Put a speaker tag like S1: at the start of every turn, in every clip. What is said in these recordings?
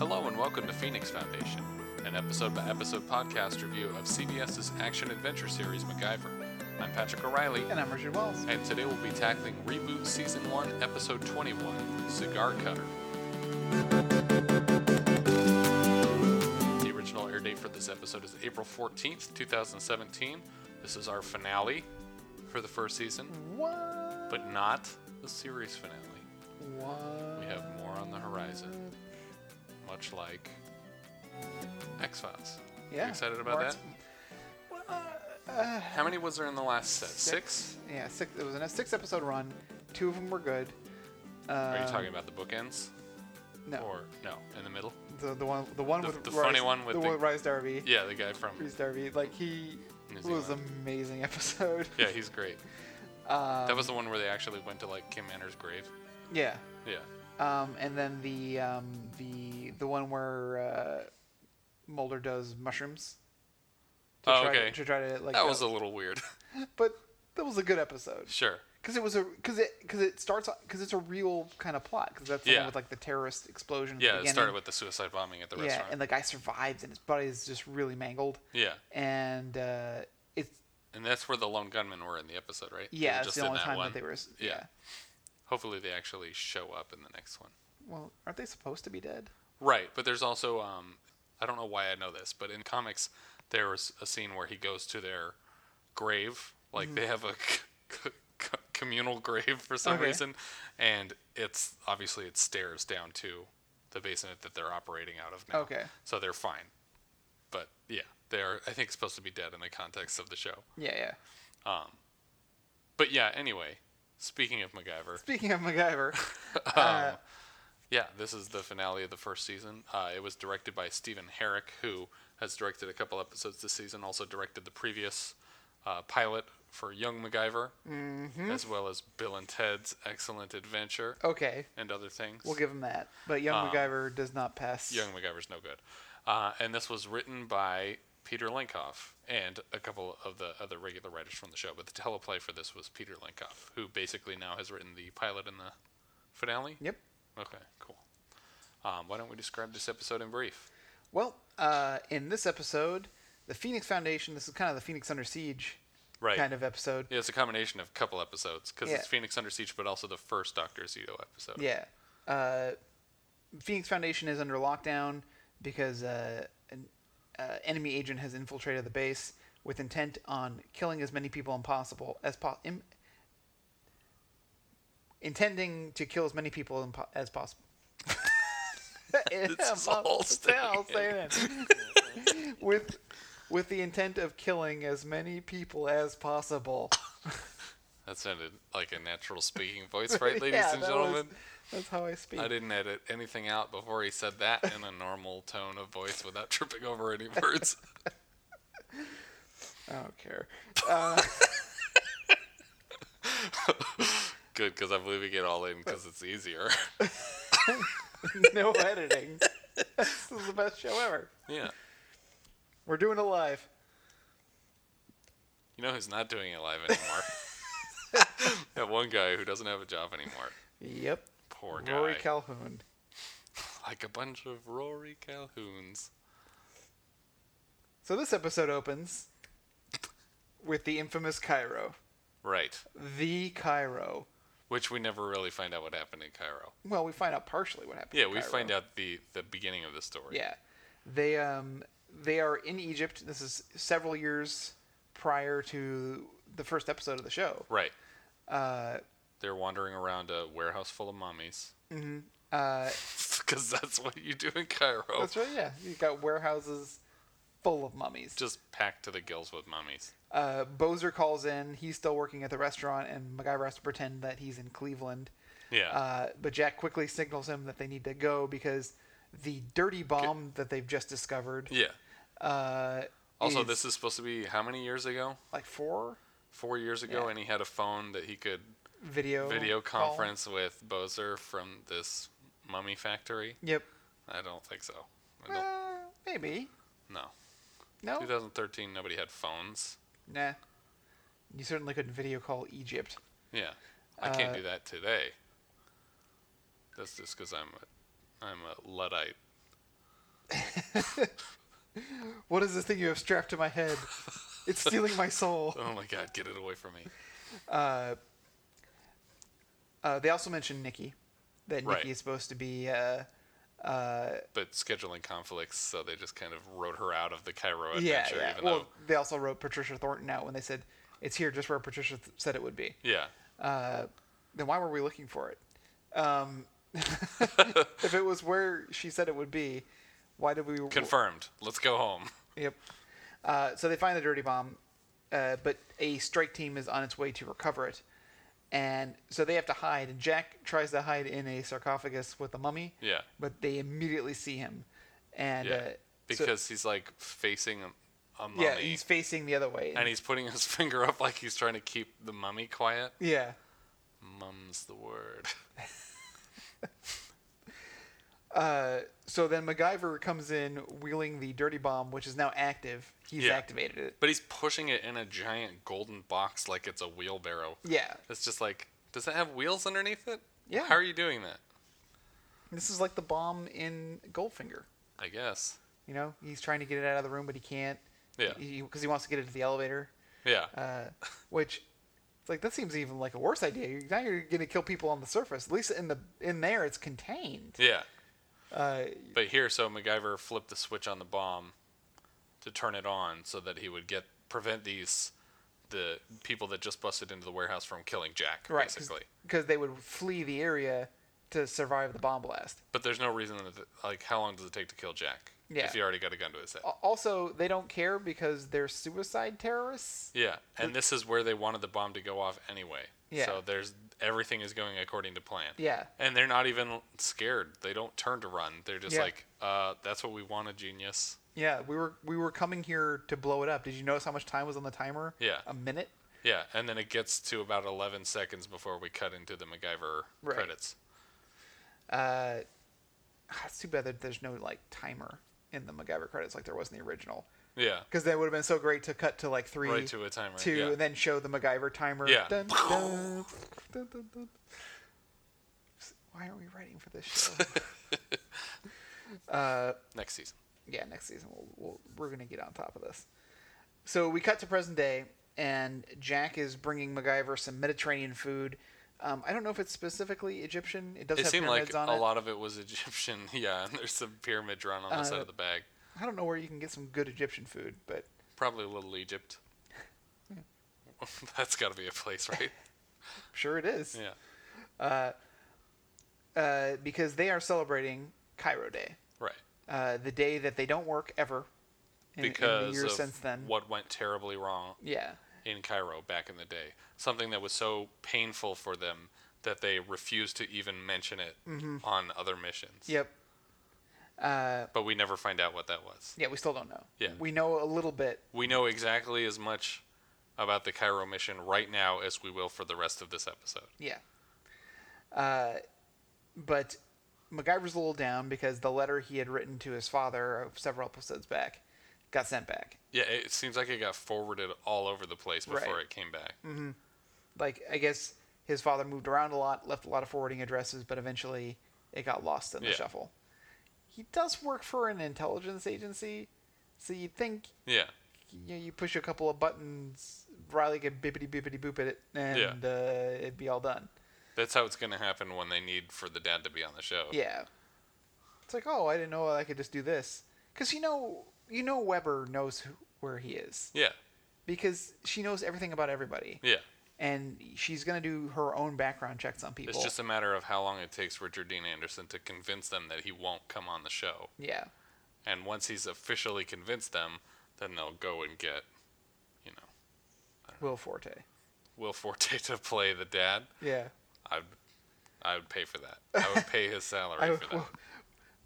S1: Welcome to Phoenix Foundation, an episode by episode podcast review of CBS's action adventure series MacGyver. I'm Patrick O'Reilly,
S2: And I'm Richard Wells.
S1: and today we'll be tackling Reboot Season 1, Episode 21 Cigar Cutter. The original air date for this episode is April 14th, 2017. This is our finale for the first season,
S2: What?
S1: but not the series finale. We
S2: What?
S1: have more on the horizon, much like X Files.
S2: Yeah.
S1: excited about
S2: Mark's-
S1: that?
S2: Well, uh, uh,
S1: How many was there in the last set? Six?
S2: Yeah, six. It was a six episode run. Two of them were good. Uh,
S1: Are you talking about the bookends?
S2: no
S1: Or, no, in the middle?
S2: the the one the one
S1: the-
S2: with
S1: the
S2: Rise,
S1: funny one with
S2: the
S1: the-
S2: one Rise Darby.
S1: Yeah, the guy from.
S2: Rise Darby. Like he
S1: New
S2: it was
S1: Zealand.
S2: amazing episode.
S1: Yeah, he's great.
S2: Um,
S1: That was the one where they actually went to, like, Kim Anner's grave.
S2: yeah.
S1: Yeah.
S2: Um, and then the um, the the one where uh, Mulder does mushrooms. To
S1: Oh,
S2: try
S1: okay.
S2: To, to try to like
S1: That was a little weird.
S2: but that was a good episode.
S1: sure.
S2: because it was a because it because it starts because it's a real kind of plot because that's the one
S1: Yeah.
S2: with like the terrorist explosion. At the
S1: Yeah, it
S2: beginning.
S1: started with the suicide bombing at the
S2: yeah,
S1: restaurant.
S2: and the guy survives and his body is just really mangled,
S1: yeah.
S2: and uh, it's
S1: And that's where the lone gunmen were in the episode, right? They were
S2: yeah, it's
S1: just
S2: the
S1: in
S2: only
S1: that
S2: time
S1: one.
S2: that they were. s-
S1: Yeah.
S2: Yeah.
S1: Hopefully they actually show up in the next one.
S2: Well, aren't they supposed to be dead?
S1: Right, but there's also um, I don't know why I know this, but in comics there was a scene where he goes to their grave, like they have a c- c- communal grave for some
S2: Mm-hmm. Okay.
S1: reason, and it's obviously it stairs down to the basement that they're operating out of now.
S2: Okay.
S1: so they're fine, but yeah, they are I think supposed to be dead in the context of the show.
S2: Yeah, yeah.
S1: But yeah, anyway, speaking of MacGyver,
S2: Speaking of MacGyver, uh,
S1: Um, Yeah, this is the finale of the first season. Uh, it was directed by Stephen Herrick, who has directed a couple episodes this season. Also directed the previous uh, pilot for Young MacGyver,
S2: Mm-hmm.
S1: as well as Bill and Ted's Excellent Adventure
S2: okay,
S1: and other things.
S2: we'll give him that, but young MacGyver does not pass.
S1: um, Young MacGyver's no good. Uh, and this was written by Peter Lenkoff and a couple of the other regular writers from the show. But the teleplay for this was Peter Lenkoff, who basically now has written the pilot and the finale.
S2: Yep.
S1: Okay, cool. Um, why don't we describe this episode in brief?
S2: Well, uh, in this episode, the Phoenix Foundation. This is kind of the Phoenix under siege
S1: Right.
S2: kind of episode.
S1: Yeah, it's a combination of a couple episodes because
S2: Yeah.
S1: it's Phoenix Under Siege, but also the first Doctor Zito episode.
S2: Yeah. Uh, Phoenix Foundation is under lockdown because uh, an uh, enemy agent has infiltrated the base with intent on killing as many people impossible as po- Im- intending to kill as many people impo- as possible.
S1: is all
S2: I'll say it. with with the intent of killing as many people as possible.
S1: That sounded like a natural speaking voice, right, ladies
S2: Yeah,
S1: and
S2: that was-
S1: gentlemen?
S2: that's how I speak.
S1: I didn't edit anything out before he said that in a normal tone of voice without tripping over any words.
S2: I don't care.
S1: Good, because I'm leaving it all in because it's easier.
S2: no editing. this is the best show ever.
S1: yeah.
S2: We're doing it live.
S1: You know who's not doing it live anymore? that one guy who doesn't have a job anymore.
S2: Yep.
S1: Poor guy.
S2: Rory Calhoun.
S1: like a bunch of Rory Calhouns.
S2: So this episode opens with the infamous Cairo.
S1: Right.
S2: The Cairo.
S1: Which we never really find out what happened in Cairo.
S2: Well, we find out partially what happened.
S1: Yeah,
S2: to
S1: we
S2: Cairo.
S1: find out the the beginning of the story.
S2: Yeah, they um they are in Egypt. This is several years prior to the first episode of the show. Uh,
S1: Right. They're wandering around a warehouse full of mummies. Mm-hmm. Because that's what you do in Cairo.
S2: uh, That's right. Yeah, you got warehouses full of mummies.
S1: Just packed to the gills with mummies.
S2: uh, Bozer calls in. He's still working at the restaurant, and MacGyver has to pretend that he's in Cleveland.
S1: Yeah.
S2: Uh, but Jack quickly signals him that they need to go because the dirty bomb that they've just discovered.
S1: yeah.
S2: Uh,
S1: Also,
S2: is
S1: this is supposed to be how many years ago?
S2: like four
S1: Four years ago,
S2: Yeah.
S1: and he had a phone that he could
S2: video
S1: video
S2: call.
S1: conference with Bozer from this mummy factory.
S2: Yep.
S1: I don't think so. I don't,
S2: Uh, maybe.
S1: no.
S2: No.
S1: 2013, nobody had phones.
S2: Nah. You certainly couldn't video call Egypt.
S1: Yeah, I can't
S2: Uh,
S1: do that today. That's just because I'm a, I'm a luddite.
S2: What is this thing you have strapped to my head? It's stealing my soul.
S1: Oh my god, get it away from me.
S2: Uh, they also mentioned Nikki, that
S1: Right.
S2: Nikki is supposed to be. Uh,
S1: But scheduling conflicts, so they just kind of wrote her out of the Cairo adventure,
S2: yeah, yeah.
S1: even
S2: Well,
S1: though
S2: they also wrote Patricia Thornton out when they said it's here just where Patricia th- said it would be. Uh,
S1: yeah.
S2: Then why were we looking for it? Um, if it was where she said it would be, why did we
S1: Confirmed. Let's go home.
S2: Yep. Uh, so they find the dirty bomb, uh, but a strike team is on its way to recover it, and so they have to hide. And Jack tries to hide in a sarcophagus with a mummy.
S1: Yeah.
S2: But they immediately see him, and
S1: Yeah.
S2: uh, so-
S1: because he's like facing a, a mummy.
S2: yeah, he's facing the other way.
S1: and he's putting his finger up like he's trying to keep the mummy quiet.
S2: yeah.
S1: Mum's the word.
S2: Uh, So then MacGyver comes in wheeling the dirty bomb, which is now active. He's
S1: Yeah.
S2: activated it.
S1: But he's pushing it in a giant golden box like it's a wheelbarrow.
S2: Yeah.
S1: It's just like, does it have wheels underneath it?
S2: Yeah.
S1: How are you doing that?
S2: This is like the bomb in Goldfinger.
S1: I guess.
S2: You know, he's trying to get it out of the room, but he can't.
S1: Yeah.
S2: Because he wants to get it to the elevator.
S1: Yeah.
S2: uh, which it's like that seems even like a worse idea. You're, now you're going to kill people on the surface. At least in the in there, it's contained.
S1: yeah.
S2: Uh,
S1: But here, so MacGyver flipped the switch on the bomb to turn it on so that he would get prevent these the people that just busted into the warehouse from killing Jack,
S2: right,
S1: basically.
S2: because they would flee the area to survive the bomb blast.
S1: But there's no reason that like how long does it take to kill Jack?
S2: Yeah.
S1: If he already got a gun to his head.
S2: Al- Also, they don't care because they're suicide terrorists.
S1: Yeah, and this is where they wanted the bomb to go off anyway.
S2: Yeah.
S1: So there's everything is going according to plan.
S2: Yeah.
S1: And they're not even scared. They don't turn to run. They're just
S2: Yeah.
S1: like, uh, "That's what we want, a genius."
S2: Yeah, we were we were coming here to blow it up. Did you notice how much time was on the timer?
S1: Yeah.
S2: a minute.
S1: Yeah. And then it gets to about 11 seconds before we cut into the MacGyver
S2: Right.
S1: credits.
S2: Uh, Ah, it's too bad that there's no like timer in the MacGyver credits like there was in the original.
S1: Yeah.
S2: Because that would have been so great to cut to like three,
S1: Right to a timer,
S2: two,
S1: yeah.
S2: and then show the MacGyver timer.
S1: Yeah.
S2: Dun, dun, dun, dun, dun. Why are we writing for this show?
S1: Next season.
S2: yeah, next season we'll, we'll, we're gonna get on top of this. So we cut to present day, and Jack is bringing MacGyver some Mediterranean food. Um, I don't know if it's specifically Egyptian. It does
S1: It
S2: have
S1: seemed like
S2: pyramids
S1: a
S2: on it.
S1: lot of it was Egyptian. Yeah, and there's some pyramid drawn on
S2: Uh,
S1: the side of the bag.
S2: I don't know where you can get some good Egyptian food, but
S1: Probably Little Egypt. That's got to be a place, right?
S2: I'm sure it is
S1: Yeah.
S2: uh, because they are celebrating Cairo Day.
S1: Right.
S2: uh, the day that they don't work ever in,
S1: Because
S2: in the years
S1: of
S2: since then.
S1: what went terribly wrong
S2: Yeah,
S1: in Cairo back in the day. Something that was so painful for them that they refused to even mention it
S2: Mm-hmm.
S1: on other missions.
S2: yep,
S1: But we never find out what that was.
S2: yeah. We still don't know.
S1: Yeah.
S2: we know a little bit.
S1: We know exactly as much about the Cairo mission right now as we will for the rest of this episode.
S2: Yeah, uh, but MacGyver's a little down because the letter he had written to his father several episodes back got sent back.
S1: Yeah, it seems like it got forwarded all over the place before
S2: Right. Mm.
S1: it came back.
S2: Like I guess his father moved around a lot, left a lot of forwarding addresses, but eventually it got lost in the
S1: Yeah.
S2: shuffle. He does work for an intelligence agency, so you'd think
S1: Yeah.
S2: you, know, you push a couple of buttons, Riley could bippity bippity boop at it, and uh, it'd be all done.
S1: That's how it's going to happen when they need for the dad to be on the show.
S2: Yeah, it's like, oh, I didn't know I could just do this, because you know, you know, Weber knows who, where he is
S1: Yeah.
S2: because she knows everything about everybody,
S1: Yeah.
S2: and she's gonna do her own background checks on people.
S1: It's just a matter of how long it takes Richard Dean Anderson to convince them that he won't come on the show.
S2: yeah,
S1: And once he's officially convinced them, then they'll go and get, you know,
S2: Will Forte.
S1: Will Forte to play the dad.
S2: Yeah,
S1: I, would I would pay for that. I would pay his salary
S2: I,
S1: for that.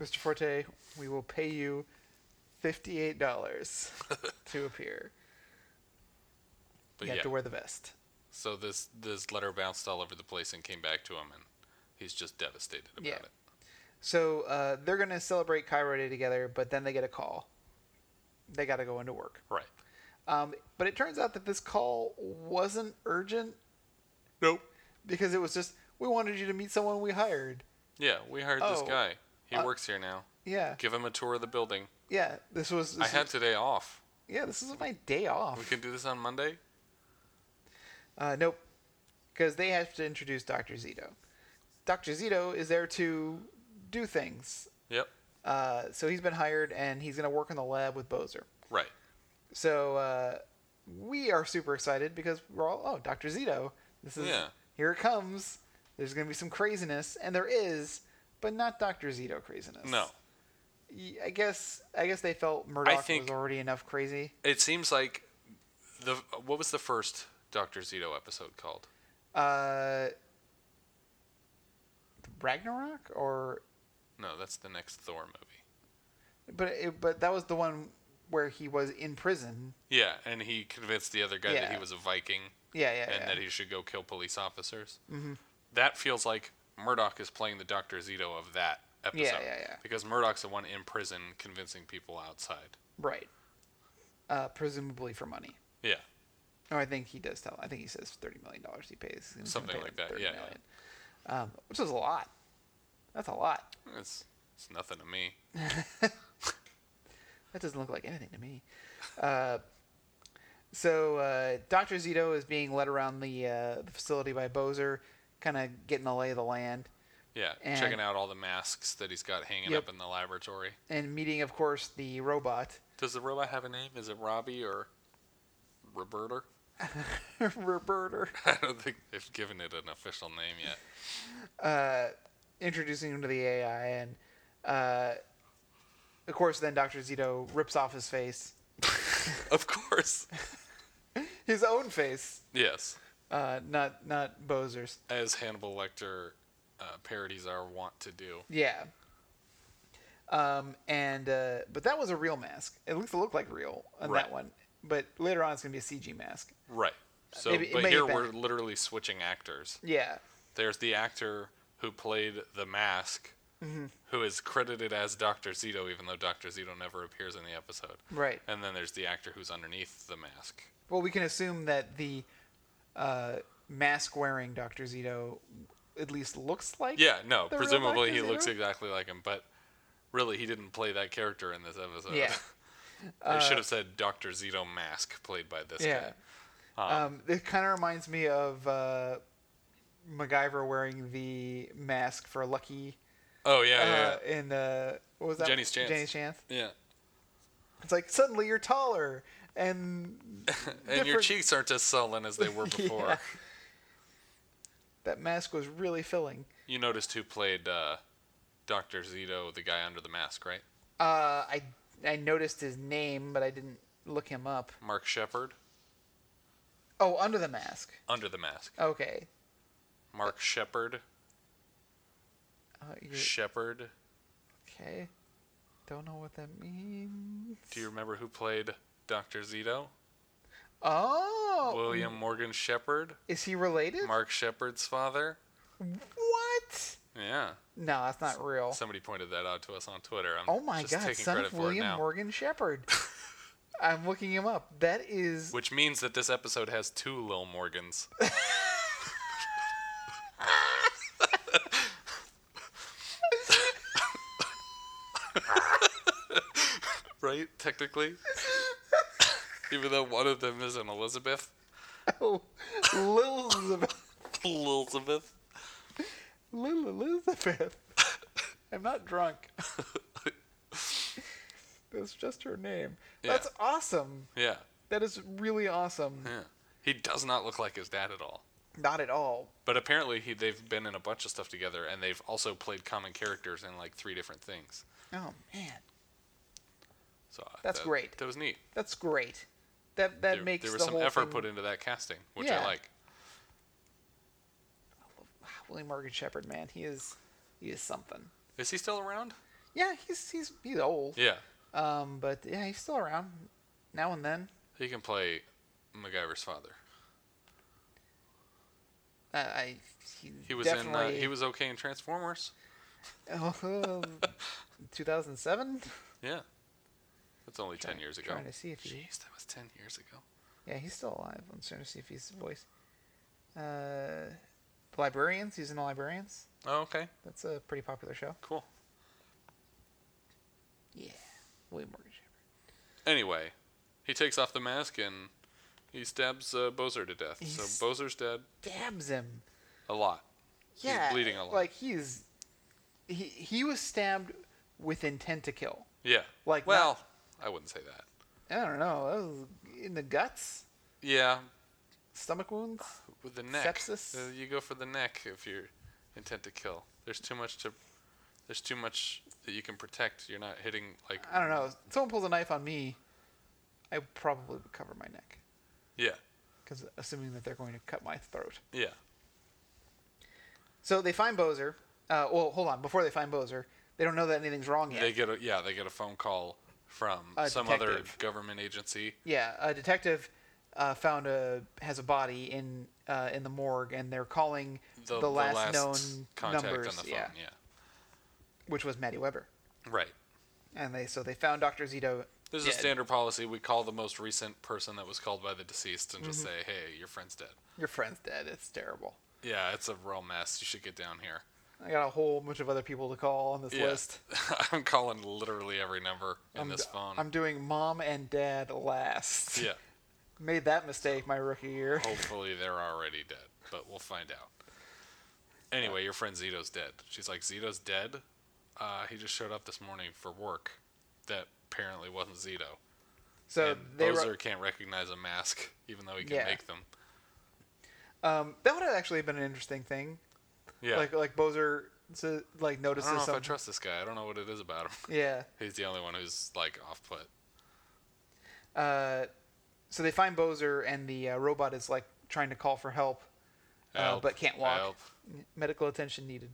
S2: Mr. Forte, we will pay you fifty-eight dollars to appear.
S1: But
S2: you
S1: yeah,
S2: have to wear the vest.
S1: so this this letter bounced all over the place and came back to him, and he's just devastated about
S2: Yeah.
S1: it.
S2: So uh, they're gonna celebrate Cairo Day together, but then they get a call. They got to go into work.
S1: Right.
S2: Um, but it turns out that this call wasn't urgent
S1: Nope.
S2: because it was just we wanted you to meet someone we hired.
S1: Yeah, we hired this
S2: Oh,
S1: guy. He
S2: uh,
S1: works here now.
S2: Yeah.
S1: Give him a tour of the building.
S2: Yeah. This was.
S1: I
S2: This
S1: had today off.
S2: yeah. This is my day
S1: We
S2: off.
S1: can do this on Monday.
S2: Uh, nope. Because they have to introduce Doctor Zito. Doctor Zito is there to do things.
S1: Yep.
S2: Uh, so he's been hired and he's gonna work in the lab with Bozer.
S1: Right.
S2: So uh, we are super excited because we're all oh Doctor Zito. This is
S1: Yeah.
S2: here it comes. There's gonna be some craziness, and there is, but not Doctor Zito craziness.
S1: No.
S2: Y- I guess I guess they felt Murdoch
S1: think-
S2: was already enough crazy.
S1: It seems like the what was the first Doctor Zito episode called?
S2: Uh, Ragnarok, or
S1: No, that's the next Thor movie.
S2: but it, but that was the one where he was in prison.
S1: Yeah, and he convinced the other guy that he
S2: Yeah.
S1: was a Viking
S2: Yeah, yeah,
S1: and
S2: yeah.
S1: that he should go kill police officers. Mm-hmm. That feels like Murdoch is playing the Doctor Zito of that episode.
S2: yeah, yeah.
S1: Because Murdoch's the one in prison convincing people outside.
S2: right. Uh, presumably for money.
S1: Yeah,
S2: Oh, I think he does tell. I think he says thirty million dollars he pays. He was gonna
S1: Something
S2: pay
S1: like
S2: him
S1: that,
S2: 30
S1: yeah,
S2: million. Um, which is a lot. That's a lot.
S1: it's it's nothing to me.
S2: That doesn't look like anything to me. Uh, so uh, Doctor Zito is being led around the, uh, the facility by Bozer, kind of getting the lay of the land,
S1: Yeah,
S2: And-
S1: checking out all the masks that he's got hanging
S2: Yep.
S1: up in the laboratory.
S2: and meeting, of course, the robot
S1: Does the robot have a name? Is it Robbie or Roberta?
S2: Roberter,
S1: I don't think they've given it an official name yet.
S2: uh, introducing him to the AI, and uh, of course, then Doctor Zito rips off his face,
S1: of course.
S2: his own face,
S1: Yes.
S2: uh, not not Bozer's.
S1: As Hannibal Lecter uh, parodies are wont to do.
S2: Yeah. Um, and uh, but that was a real mask. At least it looked like real on
S1: Right.
S2: that one. But later on, it's gonna be a CG mask.
S1: Right. So,
S2: Maybe- it
S1: but
S2: may
S1: here
S2: have
S1: we're
S2: been.
S1: literally switching actors.
S2: Yeah,
S1: There's the actor who played the mask,
S2: Mm-hmm.
S1: who is credited as Dr. Zito, even though Dr. Zito never appears in the episode.
S2: right.
S1: And then there's the actor who's underneath the mask.
S2: Well, we can assume that the uh, mask-wearing Doctor Zito at least looks like.
S1: Yeah, no,
S2: the real
S1: presumably
S2: Dr.
S1: he looks
S2: Zito?
S1: exactly like him, but really he didn't play that character in this episode.
S2: Yeah. Uh,
S1: they should have said Dr. Zito mask played by this
S2: Yeah. Um, it kind of reminds me of uh, MacGyver wearing the mask for
S1: guy.
S2: Lucky
S1: Oh, yeah,
S2: uh,
S1: yeah, yeah.
S2: in uh, what was that?
S1: Jenny's Chance.
S2: Jenny's Chance.
S1: Yeah.
S2: It's like suddenly you're taller and
S1: And your
S2: different-
S1: cheeks aren't as sullen as they were before.
S2: Yeah. that mask was really filling.
S1: You noticed who played uh, Dr. Zito, the guy under the mask, right?
S2: Uh, I I noticed his name, but I didn't look him up.
S1: Mark Shepard?
S2: Oh, under the mask.
S1: Under the mask.
S2: Okay.
S1: Mark Shepard?
S2: Uh, you're,
S1: Shepard?
S2: okay. Don't know what that means.
S1: Do you remember who played Dr. Zito?
S2: Oh,
S1: William Morgan Shepard?
S2: is he related?
S1: Mark Shepard's father?
S2: What?
S1: Yeah.
S2: No, that's not real.
S1: Somebody pointed that out to us on Twitter. I'm
S2: oh my
S1: just
S2: God,
S1: taking
S2: son
S1: credit for
S2: of
S1: it now.
S2: William Morgan Shepherd. I'm looking him up. That is
S1: Which means that this episode has two Lil Morgans. right? Technically. Even though one of them is an Elizabeth.
S2: oh, Lil Elizabeth.
S1: Elizabeth.
S2: Lil Elizabeth. I'm not drunk. That's just her name.
S1: Yeah.
S2: That's awesome.
S1: Yeah.
S2: That is really awesome.
S1: Yeah. He does not look like his dad at all.
S2: Not at all.
S1: But apparently he, they've been in a bunch of stuff together and they've also played common characters in like three different things.
S2: Oh man,
S1: So uh,
S2: That's
S1: that-
S2: great.
S1: That was neat.
S2: that's great. That that
S1: there,
S2: makes
S1: there was
S2: the
S1: some
S2: whole
S1: effort
S2: thing-
S1: put into that casting, which I
S2: Yeah.
S1: like.
S2: William Morgan Shepherd, man, he is he is something.
S1: Is he still around?
S2: Yeah, he's he's he's old.
S1: Yeah,
S2: Um, but yeah, he's still around now and then.
S1: he can play MacGyver's father.
S2: Uh, I he,
S1: He was
S2: definitely, Oh,
S1: in. Uh, he was okay in Transformers.
S2: was 2007.
S1: Yeah, that's only ten years ago.
S2: Trying to see if he
S1: Jeez, that was ten years ago.
S2: Yeah, he's still alive. I'm trying to see if he's the voice. Uh, the Librarians. He's in the Librarians.
S1: Oh, okay,
S2: That's a pretty popular show.
S1: cool.
S2: Yeah, way Morgan Shepherd.
S1: Anyway, he takes off the mask and he stabs uh, Bozer to death.
S2: He's-
S1: So Bozer's dead
S2: Dabs him.
S1: a lot.
S2: Yeah,
S1: bleeding a lot.
S2: Like he's he he was stabbed with intent to kill.
S1: Yeah.
S2: Like,
S1: well, I wouldn't say that.
S2: I don't know. That was in the guts,
S1: Yeah,
S2: stomach wounds.
S1: with the neck.
S2: Sepsis?
S1: Uh, you go for the neck if you're intent to kill. There's too much to. There's too much that you can protect. You're not hitting like.
S2: I don't know. If someone pulls a knife on me, I probably would cover my neck
S1: Yeah.
S2: because assuming that they're going to cut my throat.
S1: Yeah.
S2: So they find Bozer. Uh, well, hold on. Before they find Bozer, they don't know that anything's wrong yet.
S1: They get a yeah. They get a phone call from
S2: A
S1: some other
S2: detective.
S1: government agency.
S2: Yeah, a detective uh, found a has a body in uh, in the morgue, and they're calling the,
S1: The,
S2: last, known
S1: contact
S2: numbers,
S1: on the phone.
S2: yeah,
S1: yeah.
S2: which was Maddie Weber.
S1: Right.
S2: And they so they found Doctor Zito.
S1: There's a
S2: dead.
S1: standard policy. We call the most recent person that was called by the deceased and
S2: Mm-hmm.
S1: just say, "Hey, your friend's dead."
S2: Your friend's dead. It's terrible.
S1: Yeah, it's a real mess. You should get down here.
S2: I got a whole bunch of other people to call on this
S1: Yeah.
S2: list.
S1: I'm calling literally every number in
S2: I'm,
S1: this phone.
S2: I'm doing mom and dad last.
S1: yeah. Oh,
S2: Made that mistake my rookie year.
S1: Hopefully they're already dead, but we'll find out. Anyway, your friend Zito's dead. She's like, Zito's dead? Uh, he just showed up this morning for work that apparently wasn't Zito.
S2: So
S1: and
S2: they
S1: Bozer
S2: were,
S1: can't recognize a mask, even though he can
S2: Yeah.
S1: make them.
S2: um, that would have actually been an interesting thing.
S1: Yeah.
S2: Like oh, like Bozer so, like
S1: I
S2: notices
S1: don't know if I
S2: some-
S1: trust this guy. I don't know what it is about him.
S2: Yeah.
S1: He's the only one who's, like, off put.
S2: Uh, so they find Bozer and the uh, robot is like trying to call for help, uh,
S1: Help.
S2: but can't walk.
S1: Help.
S2: Medical attention needed.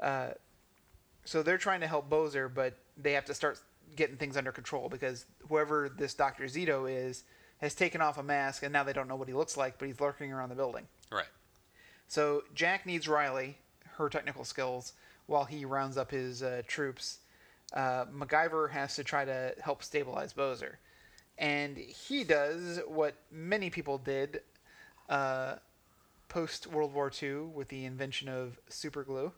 S2: Uh, so they're trying to help Bozer, but they have to start getting things under control because whoever this Doctor Zito is has taken off a mask and now they don't know what he looks like, but he's lurking around the building.
S1: Right.
S2: So Jack needs Riley, her technical skills, while he rounds up his uh, troops. Uh, MacGyver has to try to help stabilize Bozer. And he does what many people did uh, post World War II with the invention of super glue.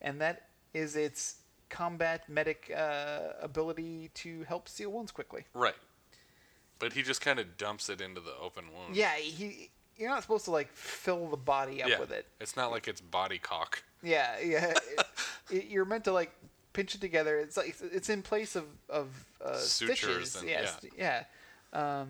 S2: And that is its combat medic uh, ability to help seal wounds quickly.
S1: Right. But he just kind of dumps it into the open wound.
S2: Yeah, he, you're not supposed to like fill the body up
S1: Yeah.
S2: with it.
S1: It's not like it's body cock.
S2: Yeah, yeah. It- it- you're meant to like pinch it together. It's like it's in place of of uh,
S1: Sutures
S2: stitches.
S1: and-
S2: yeah,
S1: yeah.
S2: st- yeah. Um,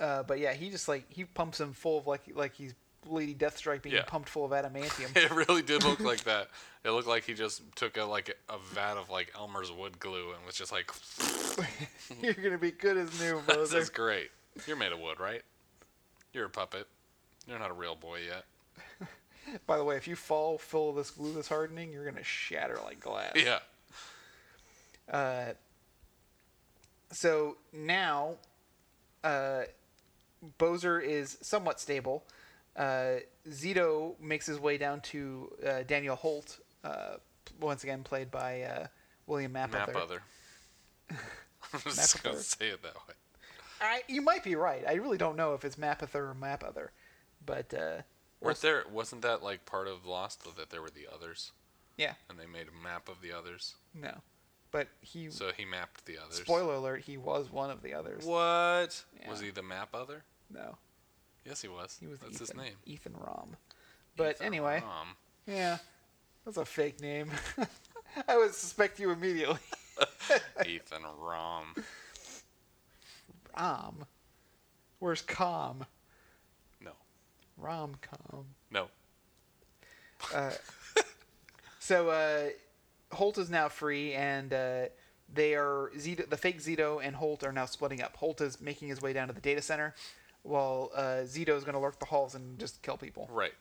S2: uh, but yeah, he just like he pumps him full of like like he's Lady Deathstrike being
S1: Yeah.
S2: pumped full of adamantium.
S1: It really did look like that. It looked like he just took a like a vat of like Elmer's wood glue and was just like,
S2: you're gonna be good as new,
S1: "This is
S2: Bozer.
S1: great. You're made of wood, right? You're a puppet. You're not a real boy yet."
S2: By the way, if you fall full of this glue, this hardening, you're gonna shatter like glass.
S1: Yeah,
S2: So now, uh, Bozer is somewhat stable. Uh, Zito makes his way down to uh, Daniel Holt, uh, once again played by uh, William
S1: map
S2: Mapother.
S1: other. I'm just gonna
S2: other.
S1: say it that way.
S2: I, you might be right. I really don't know if it's Mapother or Mapother, but uh,
S1: Weren't there? Wasn't that like part of Lost that there were the others
S2: yeah,
S1: and they made a map of the others?
S2: no. But he,
S1: So he mapped the others.
S2: spoiler alert, he was one of the others.
S1: What
S2: Yeah.
S1: was he the map other?
S2: No,
S1: Yes, he was.
S2: he was
S1: That's
S2: Ethan,
S1: his name.
S2: Ethan Rom. But
S1: Ethan
S2: anyway.
S1: Rom.
S2: Yeah, that's a fake name. I would suspect you immediately.
S1: Ethan Rom.
S2: Rom. Where's com?
S1: No,
S2: Rom com.
S1: no.
S2: So uh, Holt is now free, and uh, they are Zito, the fake Zito and Holt are now splitting up. Holt is making his way down to the data center, while uh, Zito is going to lurk the halls and just kill people.
S1: Right.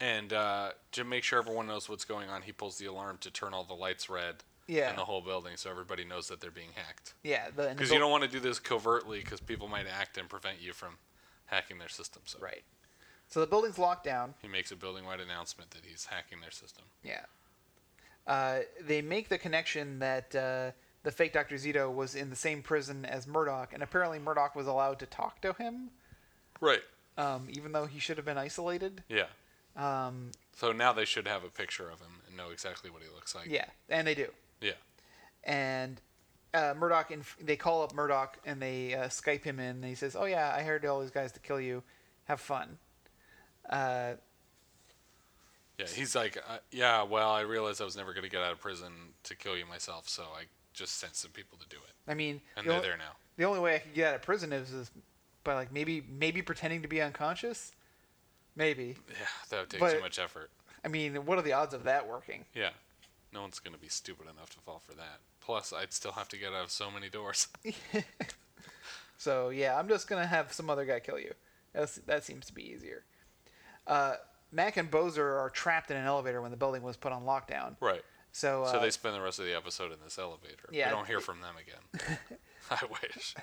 S1: And uh, to make sure everyone knows what's going on, he pulls the alarm to turn all the lights red
S2: Yeah.
S1: in the whole building so everybody knows that they're being hacked.
S2: Yeah, the, and the
S1: Because you
S2: buil-
S1: don't want to do this covertly because people might act and prevent you from hacking their system. So
S2: right. So the building's locked down.
S1: he makes a building wide announcement that he's hacking their system.
S2: Yeah. Uh, they make the connection that uh, the fake Dr. Zito was in the same prison as Murdoch, and apparently Murdoch was allowed to talk to him,
S1: Right.
S2: um, even though he should have been isolated.
S1: Yeah.
S2: Um,
S1: So now they should have a picture of him and know exactly what he looks like.
S2: yeah, and they do.
S1: Yeah.
S2: and uh, Murdoch and they call up Murdoch and they uh, Skype him in. And he says, "Oh yeah, I hired all these guys to kill you. Have fun." Uh,
S1: Yeah, he's like, uh, yeah, well, I realized I was never going to get out of prison to kill you myself, so I just sent some people to do it.
S2: I mean,
S1: And
S2: the
S1: they're
S2: only-
S1: there now.
S2: The only way I could get out of prison is, is by like maybe maybe pretending to be unconscious. Maybe.
S1: Yeah, that would take
S2: But-
S1: too much effort.
S2: I mean, what are the odds of that working?
S1: Yeah. No one's going to be stupid enough to fall for that. Plus, I'd still have to get out of so many doors.
S2: So yeah, I'm just gonna have some other guy kill you. That's, that seems to be easier. Uh, Mac and Bozer are trapped in an elevator when the building was put on lockdown.
S1: right.
S2: So, uh,
S1: So they spend the rest of the episode in this elevator.
S2: Yeah,
S1: we don't hear from them again. I wish.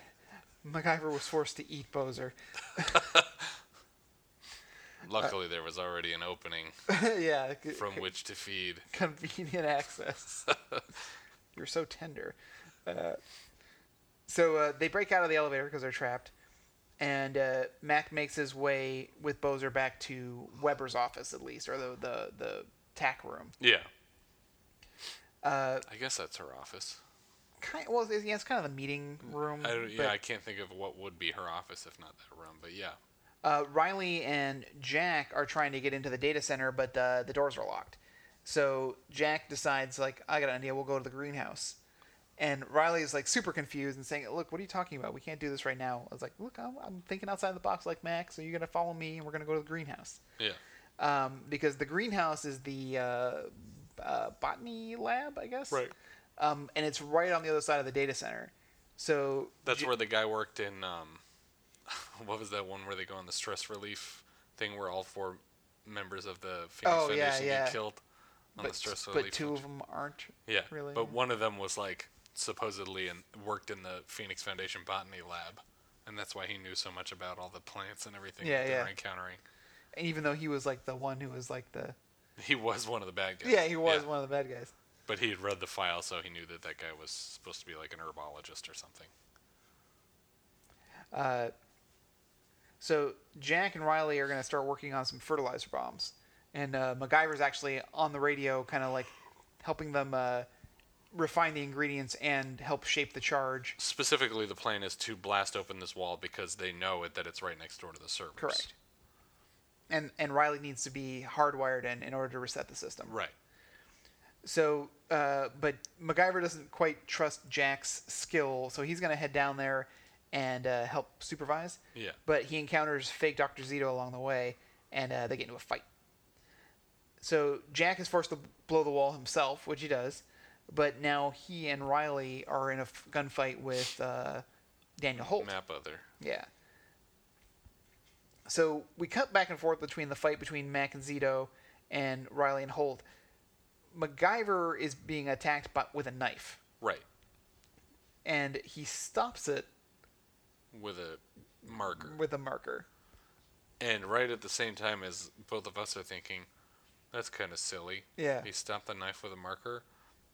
S2: MacGyver was forced to eat Bozer.
S1: Luckily, there was already an opening
S2: yeah, c-
S1: from
S2: c-
S1: which to feed.
S2: convenient access. You're so tender. Uh, so uh, they break out of the elevator because they're trapped, and uh, Mac makes his way with Bozer back to Weber's office at least, or the the the tack room.
S1: Yeah.
S2: Uh,
S1: I guess that's her office.
S2: kind well, it's, yeah, it's kind of a meeting room.
S1: I don't,
S2: Mm, but-
S1: yeah, I can't think of what would be her office if not that room, but yeah.
S2: uh, Riley and Jack are trying to get into the data center, but uh, the doors are locked. So Jack decides, like, I got an idea. We'll go to the greenhouse. And Riley is like super confused and saying, "Look, what are you talking about? We can't do this right now." I was like, "Look, I'm, I'm thinking outside the box, like Mac. So you're gonna follow me, and we're gonna go to the greenhouse
S1: Yeah.
S2: um, because the greenhouse is the uh, uh, botany lab, I guess.
S1: Right.
S2: Um, and it's right on the other side of the data center. So
S1: That's
S2: J-
S1: where the guy worked in. Um, what was that one where they go on the stress relief thing where all four members of the Phoenix
S2: Oh, yeah,
S1: Foundation
S2: yeah.
S1: get killed on the stress relief?
S2: but two of
S1: function?
S2: them aren't.
S1: yeah,
S2: really,
S1: But
S2: yeah.
S1: one of them was like supposedly and worked in the Phoenix Foundation botany lab, and that's why he knew so much about all the plants and everything
S2: Yeah,
S1: that they were
S2: yeah.
S1: encountering.
S2: And even though he was like the one who was like the
S1: He was one of the bad guys.
S2: Yeah, he was one of the bad guys.
S1: But he had read the file, so he knew that that guy was supposed to be like an herbologist or something.
S2: Uh, so Jack and Riley are going to start working on some fertilizer bombs, and uh, MacGyver's actually on the radio, kind of like helping them uh, refine the ingredients and help shape the charge.
S1: Specifically, the plan is to blast open this wall because they know it that it's right next door to the servers.
S2: Correct. And and Riley needs to be hardwired in in order to reset the system.
S1: Right.
S2: So, uh, but MacGyver doesn't quite trust Jack's skill, so he's going to head down there and uh, help supervise.
S1: Yeah.
S2: But he encounters fake Dr. Zito along the way, and uh, they get into a fight. So Jack is forced to blow the wall himself, which he does, but now he and Riley are in a f- gunfight with uh, Daniel Holt.
S1: map other.
S2: Yeah. So we cut back and forth between the fight between Mac and Zito and Riley and Holt. MacGyver is being attacked by, with a knife,
S1: Right.
S2: and he stops it
S1: With a marker.
S2: with a marker.
S1: And right at the same time as both of us are thinking, that's kind of silly.
S2: Yeah.
S1: He stopped the knife with a marker.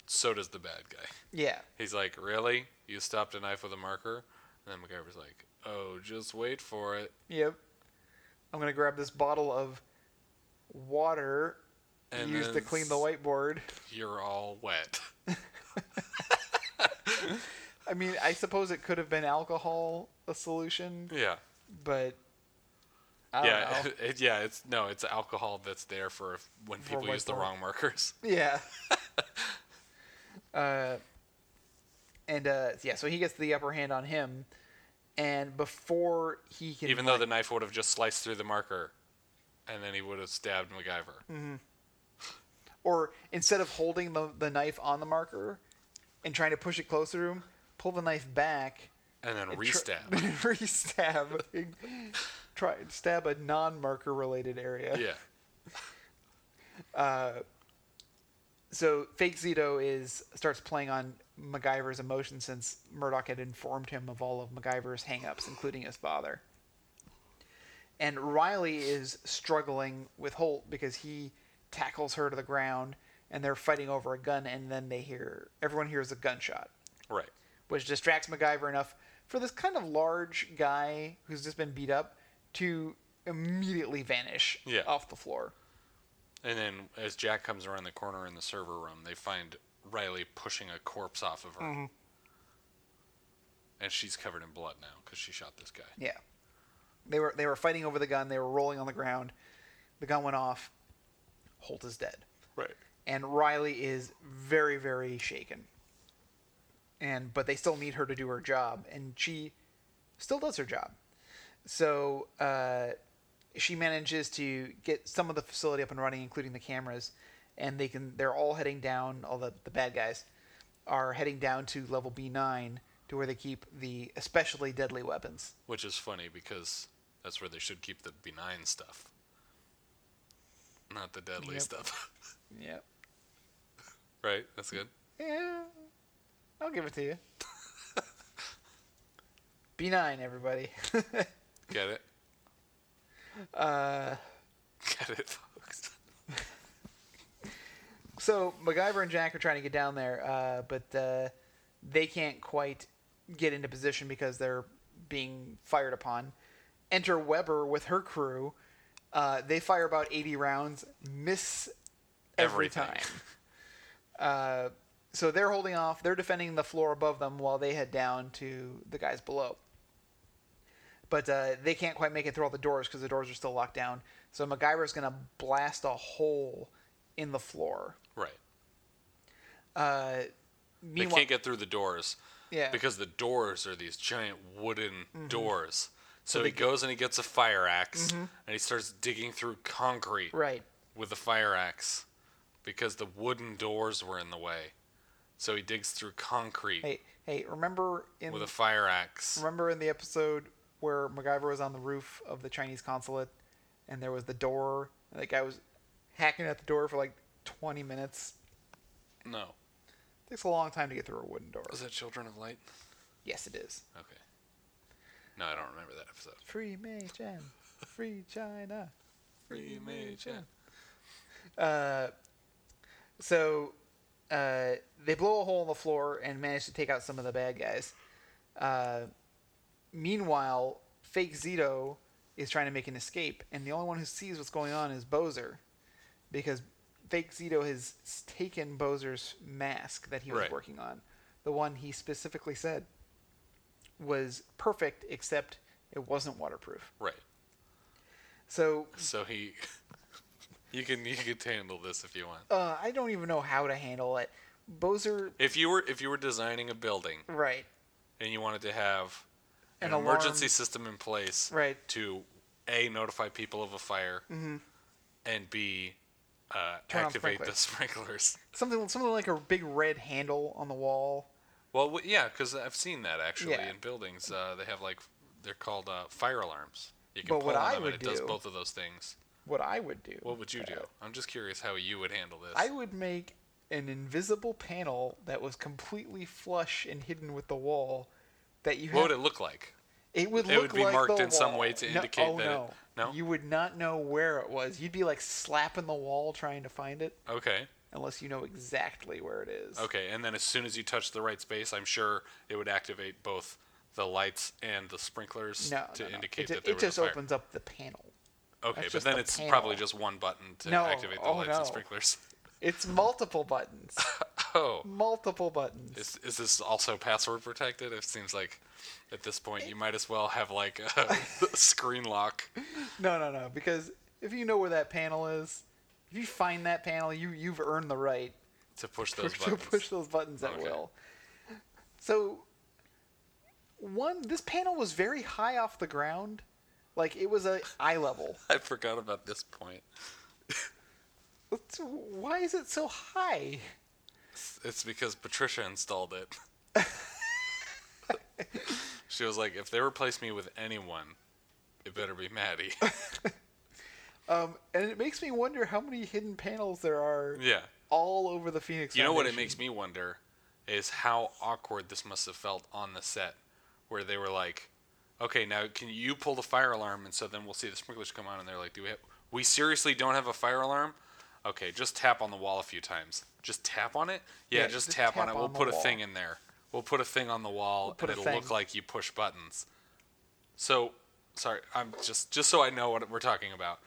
S1: So does the bad guy.
S2: Yeah.
S1: He's like, really? You stopped a knife with a marker? And then MacGyver's like, oh, just wait for it.
S2: Yep. I'm gonna grab this bottle of water
S1: And
S2: used to
S1: then
S2: clean the
S1: s-
S2: whiteboard.
S1: You're all wet.
S2: I mean, I suppose it could have been alcohol a solution,
S1: yeah.
S2: but I don't
S1: yeah.
S2: know.
S1: It, yeah. It's no. It's alcohol that's there for if, when
S2: For
S1: people use the
S2: whiteboard.
S1: wrong markers.
S2: Yeah. uh, and uh, yeah, so he gets the upper hand on him, and before he can,
S1: Even though the knife would have just sliced through the marker, and then he would have stabbed MacGyver.
S2: Mm-hmm. or instead of holding the, the knife on the marker and trying to push it closer to him, pull the knife back,
S1: And then
S2: and tr-
S1: restab.
S2: restab, try stab a non-marker related area.
S1: yeah.
S2: so fake Zito is starts playing on MacGyver's emotions since Murdoch had informed him of all of MacGyver's hangups, including his father. And Riley is struggling with Holt because he tackles her to the ground, and they're fighting over a gun. And then they hear everyone hears a gunshot,
S1: Right.
S2: which distracts MacGyver enough for this kind of large guy who's just been beat up to immediately vanish
S1: Yeah.
S2: off the floor.
S1: And then as Jack comes around the corner in the server room, they find Riley pushing a corpse off of her.
S2: Mm-hmm.
S1: And she's covered in blood now because she shot this guy.
S2: Yeah. They were they were fighting over the gun. They were rolling on the ground. The gun went off. Holt is dead,
S1: Right.
S2: and Riley is very very shaken. And but they still need her to do her job, and she still does her job. So uh, she manages to get some of the facility up and running, including the cameras, and they can. They're all heading down. All the the bad guys are heading down to level B nine to where they keep the especially deadly weapons.
S1: Which is funny because that's where they should keep the benign stuff, not the deadly
S2: Yep.
S1: stuff.
S2: Yep.
S1: right? That's good.
S2: Yeah, I'll give it to you. B9, everybody.
S1: Get it?
S2: uh,
S1: Get it, folks.
S2: so MacGyver and Jack are trying to get down there, uh, but uh, they can't quite get into position because they're being fired upon. Enter Weber with her crew. Uh, they fire about 80 rounds, miss every
S1: Everything.
S2: time. Uh, so they're holding off. They're defending the floor above them while they head down to the guys below. But uh, they can't quite make it through all the doors because the doors are still locked down. So MacGyver's going to blast a hole in the floor.
S1: Right.
S2: Uh,
S1: They
S2: meanwhile,
S1: can't get through the doors
S2: yeah, Mm-hmm.
S1: because the doors are these giant wooden doors. So,
S2: they Mm-hmm.
S1: he goes and he gets a fire ax and he starts digging through concrete
S2: right,
S1: with a fire axe because the wooden doors were in the way. So he digs through concrete
S2: hey, um, hey, remember in
S1: with a fire axe.
S2: remember in the episode where MacGyver was on the roof of the Chinese consulate, and there was the door, and that guy was hacking at the door for like 20 minutes.
S1: No.
S2: takes a long time to get through a wooden door.
S1: Was that Children of Light?
S2: Yes, it is.
S1: Okay. No, I don't remember that episode.
S2: Free Mei Chen, free China.
S1: Free Mage.
S2: Uh, so uh, they blow a hole in the floor and manage to take out some of the bad guys. Uh, meanwhile, fake Zito is trying to make an escape, and the only one who sees what's going on is Bozer, because fake Zito has s- taken Bozer's mask that he was
S1: Right.
S2: working on, the one he specifically said was perfect, except it wasn't waterproof.
S1: Right.
S2: So
S1: So he You can you can handle this if you want.
S2: uh, I don't even know how to handle it. Bozer,
S1: If you were if you were designing a building
S2: right?
S1: and you wanted to have an,
S2: An
S1: emergency
S2: alarm.
S1: system in place
S2: Right. Mm-hmm.
S1: to a notify people of a fire and b uh,
S2: Turn on
S1: activate the
S2: sprinklers.
S1: sprinklers.
S2: something something like a big red handle on the wall.
S1: Well, w- yeah, because I've seen that actually
S2: Yeah.
S1: in buildings. Uh, they have like they're called uh, fire alarms. You can
S2: But
S1: pull
S2: what
S1: on
S2: I
S1: them
S2: would
S1: and it does
S2: do-
S1: both of those things.
S2: What I would do.
S1: What would you do? I'm just curious how you would handle this.
S2: I would make an invisible panel that was completely flush and hidden with the wall. That you
S1: what would
S2: had,
S1: it look like?
S2: it would
S1: it
S2: look
S1: would be
S2: like
S1: marked
S2: the
S1: in some
S2: wall.
S1: way to
S2: No-
S1: indicate
S2: oh,
S1: that it-
S2: no.
S1: no?
S2: you would not know where it was. You'd be like slapping the wall trying to find it,
S1: Okay.
S2: unless you know exactly where it is.
S1: Okay, and then as soon as you touch the right space, I'm sure it would activate both the lights and the sprinklers
S2: No,
S1: to
S2: no, no.
S1: indicate
S2: it, ju-
S1: that there
S2: it
S1: was
S2: just
S1: a fire.
S2: opens up the panel.
S1: okay,
S2: that's
S1: but
S2: just
S1: then
S2: the
S1: it's
S2: panel.
S1: probably just one button to
S2: No,
S1: activate the
S2: oh,
S1: lights
S2: no.
S1: and sprinklers.
S2: It's multiple buttons.
S1: Oh,
S2: multiple buttons.
S1: is, is this also password protected? It seems like at this point you might as well have like a screen lock.
S2: No, no, no. Because if you know where that panel is, if you find that panel, you you've earned the right
S1: to push
S2: to
S1: those
S2: to
S1: buttons.
S2: push those buttons at
S1: Okay.
S2: will. So, one, this panel was very high off the ground, like it was a eye level.
S1: I forgot about this point.
S2: It's- why is it so high?
S1: It's because Patricia installed it. she was like, if they replace me with anyone, it better be Maddie.
S2: Um, and it makes me wonder how many hidden panels there are
S1: yeah.
S2: all over the Phoenix.
S1: You know what it
S2: Foundation.
S1: makes me wonder is how awkward this must have felt on the set where they were like, okay, now can you pull the fire alarm? And so then we'll see the sprinklers come on and they're like, do we have, we seriously don't have a fire alarm? Okay, just tap on the wall a few times. Just tap on it? Yeah,
S2: Yeah,
S1: just,
S2: just
S1: tap, on it.
S2: tap
S1: We'll
S2: on the
S1: put a
S2: wall.
S1: thing in there. We'll put a thing on the wall
S2: put a
S1: and it'll look
S2: thing.
S1: like you push buttons. So, sorry, I'm just just so I know what we're talking about.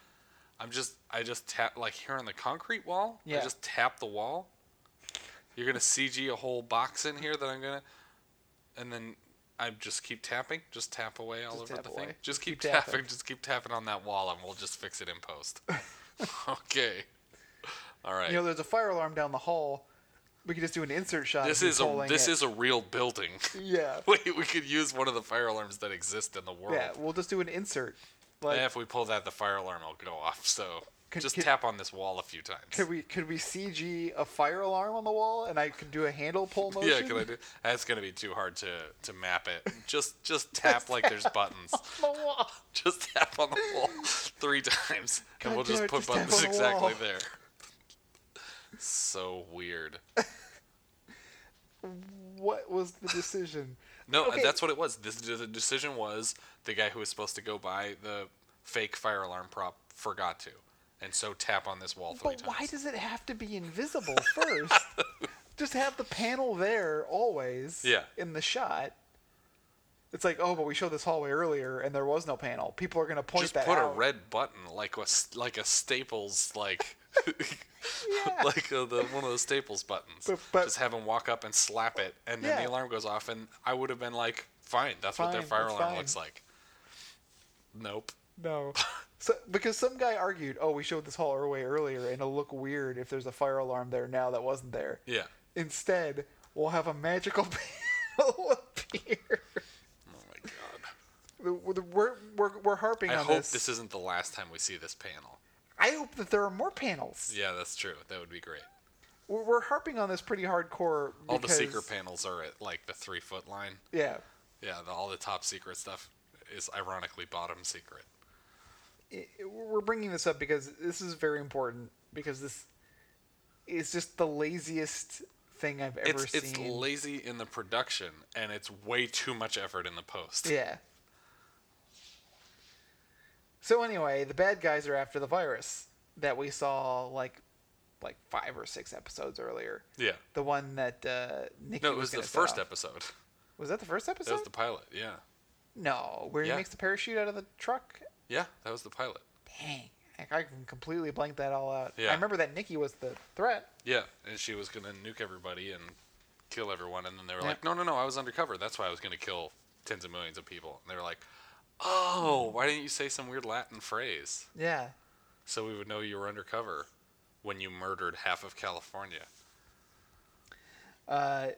S1: I'm just I just tap like here on the concrete wall. I
S2: Yeah.
S1: just tap the wall. You're gonna CG a whole box in here that I'm gonna, and then I just keep tapping, just tap away all
S2: Just
S1: over
S2: tap
S1: the thing.
S2: away.
S1: Just keep,
S2: Keep tapping.
S1: tapping, just keep tapping on that wall, and we'll just fix it in post. okay. All right.
S2: You know, there's a fire alarm down the hall. We could just do an insert shot.
S1: this
S2: of you
S1: is a
S2: pulling
S1: this
S2: it.
S1: is a real building.
S2: yeah
S1: we, we could use one of the fire alarms that exist in the world. Eh,
S2: yeah. We'll just do an insert. Like,
S1: if we pull that, the fire alarm will go off. So
S2: Could-
S1: just
S2: could-
S1: tap on this wall a few times.
S2: could we could we CG a fire alarm on the wall and I could do a handle pull motion?
S1: Yeah, can I do? That's gonna be too hard to to map it. Just just tap like there's buttons.
S2: on the wall.
S1: Just tap on the wall three times, and
S2: God
S1: we'll just
S2: damn it,
S1: put
S2: just tap on
S1: buttons
S2: the
S1: exactly
S2: wall.
S1: there. So weird.
S2: What was the decision?
S1: No,
S2: Okay.
S1: that's what it was. This the decision was the guy who was supposed to go buy the fake fire alarm prop forgot to, and so tap on this wall three
S2: But
S1: times.
S2: why does it have to be invisible first? Just have the panel there always.
S1: Yeah.
S2: In the shot. It's like, oh, but we showed this hallway earlier and there was no panel. People are gonna point
S1: just
S2: that
S1: put
S2: out.
S1: a red button like a s- like a Staples like
S2: Yeah.
S1: like uh the one of the Staples buttons.
S2: But- but-
S1: just have him walk up and slap it, and then
S2: Yeah.
S1: the alarm goes off, and I would have been like, fine, that's what their
S2: Fine,
S1: fire
S2: that's
S1: alarm
S2: fine.
S1: looks like. Nope.
S2: No. So because some guy argued, oh, we showed this hallway earlier and it'll look weird if there's a fire alarm there now that wasn't there.
S1: Yeah.
S2: Instead, we'll have a magical panel appear.
S1: Oh my god.
S2: We're, we're, we're harping
S1: I
S2: on
S1: hope
S2: this.
S1: this. isn't the last time we see this panel.
S2: I hope that there are more panels.
S1: Yeah, that's true. That would be great.
S2: We're, we're harping on this pretty hardcore.
S1: All the secret
S2: because-
S1: panels are at like the three foot line.
S2: Yeah.
S1: Yeah, the, all the top secret stuff is ironically bottom secret.
S2: I- I- we're bringing this up because this is very important because this is just the laziest thing I've ever
S1: it's,
S2: seen.
S1: it's lazy in the production and it's way too much effort in the post.
S2: Yeah. So anyway, the bad guys are after the virus that we saw like like five or six episodes earlier.
S1: Yeah.
S2: The one that uh, Nikki
S1: No, it
S2: was,
S1: was the
S2: gonna set
S1: first
S2: off.
S1: episode.
S2: Was that the first episode?
S1: That was the pilot. Yeah.
S2: No, where he
S1: Yeah.
S2: makes the parachute out of the truck.
S1: Yeah, that was the pilot.
S2: Dang, like, I can completely blank that all out. I
S1: Yeah.
S2: remember that Nikki was the threat.
S1: Yeah, and she was going to nuke everybody and kill everyone. And then they were
S2: Yeah.
S1: like, no, no, no, I was undercover. That's why I was going to kill tens of millions of people. And they were like, oh, why didn't you say some weird Latin phrase
S2: Yeah,
S1: so we would know you were undercover when you murdered half of California?
S2: uh,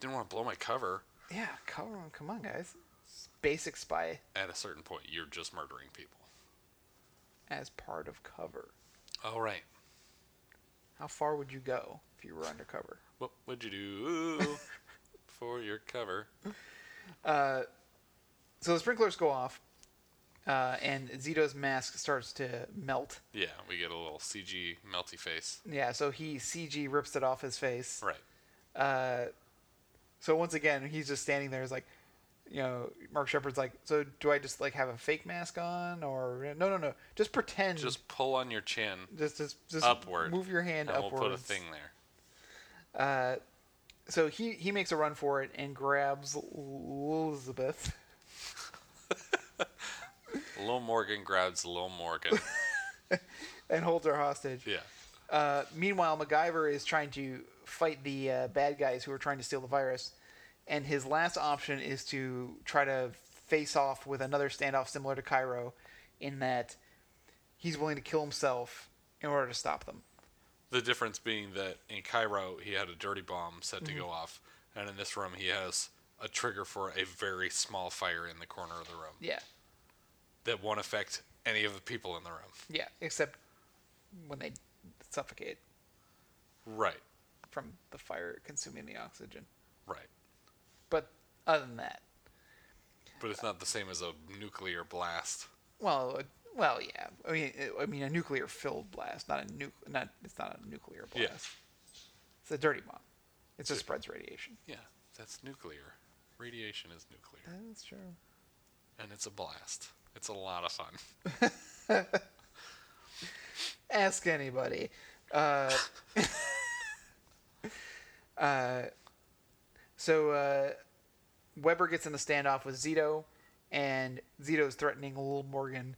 S1: Didn't want to blow my cover.
S2: yeah. Come on, come on, guys. It's basic spy
S1: At a certain point, you're just murdering people.
S2: as part of cover.
S1: Oh, right.
S2: How far would you go if you were undercover?
S1: What would you do for your cover?
S2: So the sprinklers go off, uh, and Zito's mask starts to melt.
S1: Yeah, we get a little CG melty face.
S2: Yeah, so he CG rips it off his face.
S1: Right.
S2: So once again, he's just standing there. He's like, you know, Mark Shepard's like, so do I just like have a fake mask on, or no, no, no, just pretend, just
S1: Just pull on your chin
S2: just just,
S1: upward.
S2: move your hand
S1: and
S2: upwards.
S1: We'll put a thing there.
S2: So he he makes a run for it and grabs Elizabeth.
S1: Lil Morgan grabs Lil Morgan.
S2: And holds her hostage.
S1: yeah.
S2: Uh, meanwhile, MacGyver is trying to fight the uh, bad guys who are trying to steal the virus, and his last option is to try to face off with another standoff similar to Cairo, in that he's willing to kill himself in order to stop them.
S1: The difference being that in Cairo he had a dirty bomb set to go
S2: Mm-hmm.
S1: off, and in this room he has a trigger for a very small fire in the corner of the room
S2: Yeah,
S1: that won't affect any of the people in the room.
S2: yeah. Except when they suffocate
S1: Right.
S2: from the fire consuming the oxygen.
S1: Right.
S2: But other than that,
S1: But it's not the same as a nuclear blast.
S2: well, uh, well, yeah. I mean, it- I mean, a nuclear filled blast, not a nu- not it's not a nuclear blast.
S1: Yeah.
S2: It's a dirty bomb. It just spreads radiation.
S1: Yeah, that's nuclear. Radiation is nuclear,
S2: That's true.
S1: and it's a blast. It's a lot of fun.
S2: Ask anybody. Uh, uh, uh, so uh, Weber gets in the standoff with Zito, and Zito's threatening Lil Morgan,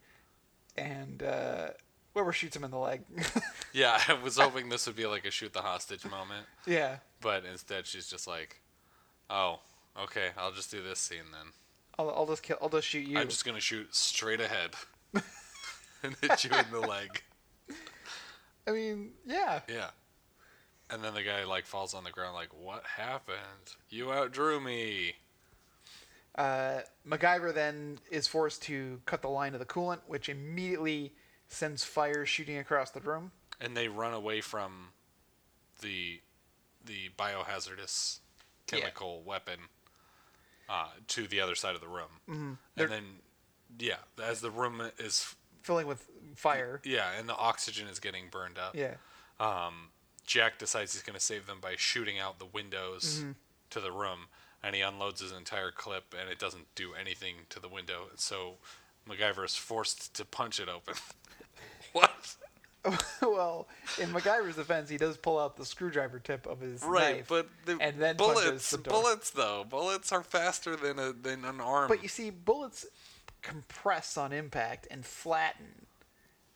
S2: and uh, Weber shoots him in the leg.
S1: Yeah, I was hoping this would be like a shoot the hostage moment,
S2: Yeah.
S1: but instead she's just like, "Oh, okay, I'll just do this scene then.
S2: I'll, I'll just kill. I'll just shoot you.
S1: I'm just gonna shoot straight ahead and hit you in the leg."
S2: I mean, yeah.
S1: Yeah. And then the guy like falls on the ground like, "What happened? You outdrew me."
S2: Uh, MacGyver then is forced to cut the line of the coolant, which immediately sends fire shooting across the room.
S1: And they run away from the the biohazardous
S2: Yeah.
S1: chemical weapon uh, to the other side of the room. Mm-hmm.
S2: They're-
S1: And then yeah, as the room is
S2: filling with fire.
S1: yeah, and the oxygen is getting burned up.
S2: Yeah.
S1: Jack decides he's going to save them by shooting out the windows
S2: Mm-hmm.
S1: to the room, and he unloads his entire clip, and it doesn't do anything to the window. So MacGyver is forced to punch it open. what?
S2: well, in MacGyver's defense, he does pull out the screwdriver tip of his
S1: Right,
S2: knife,
S1: but the
S2: and then punches
S1: bullets,
S2: the door.
S1: bullets though, bullets are faster than a than an arm.
S2: But you see, bullets compress on impact and flatten,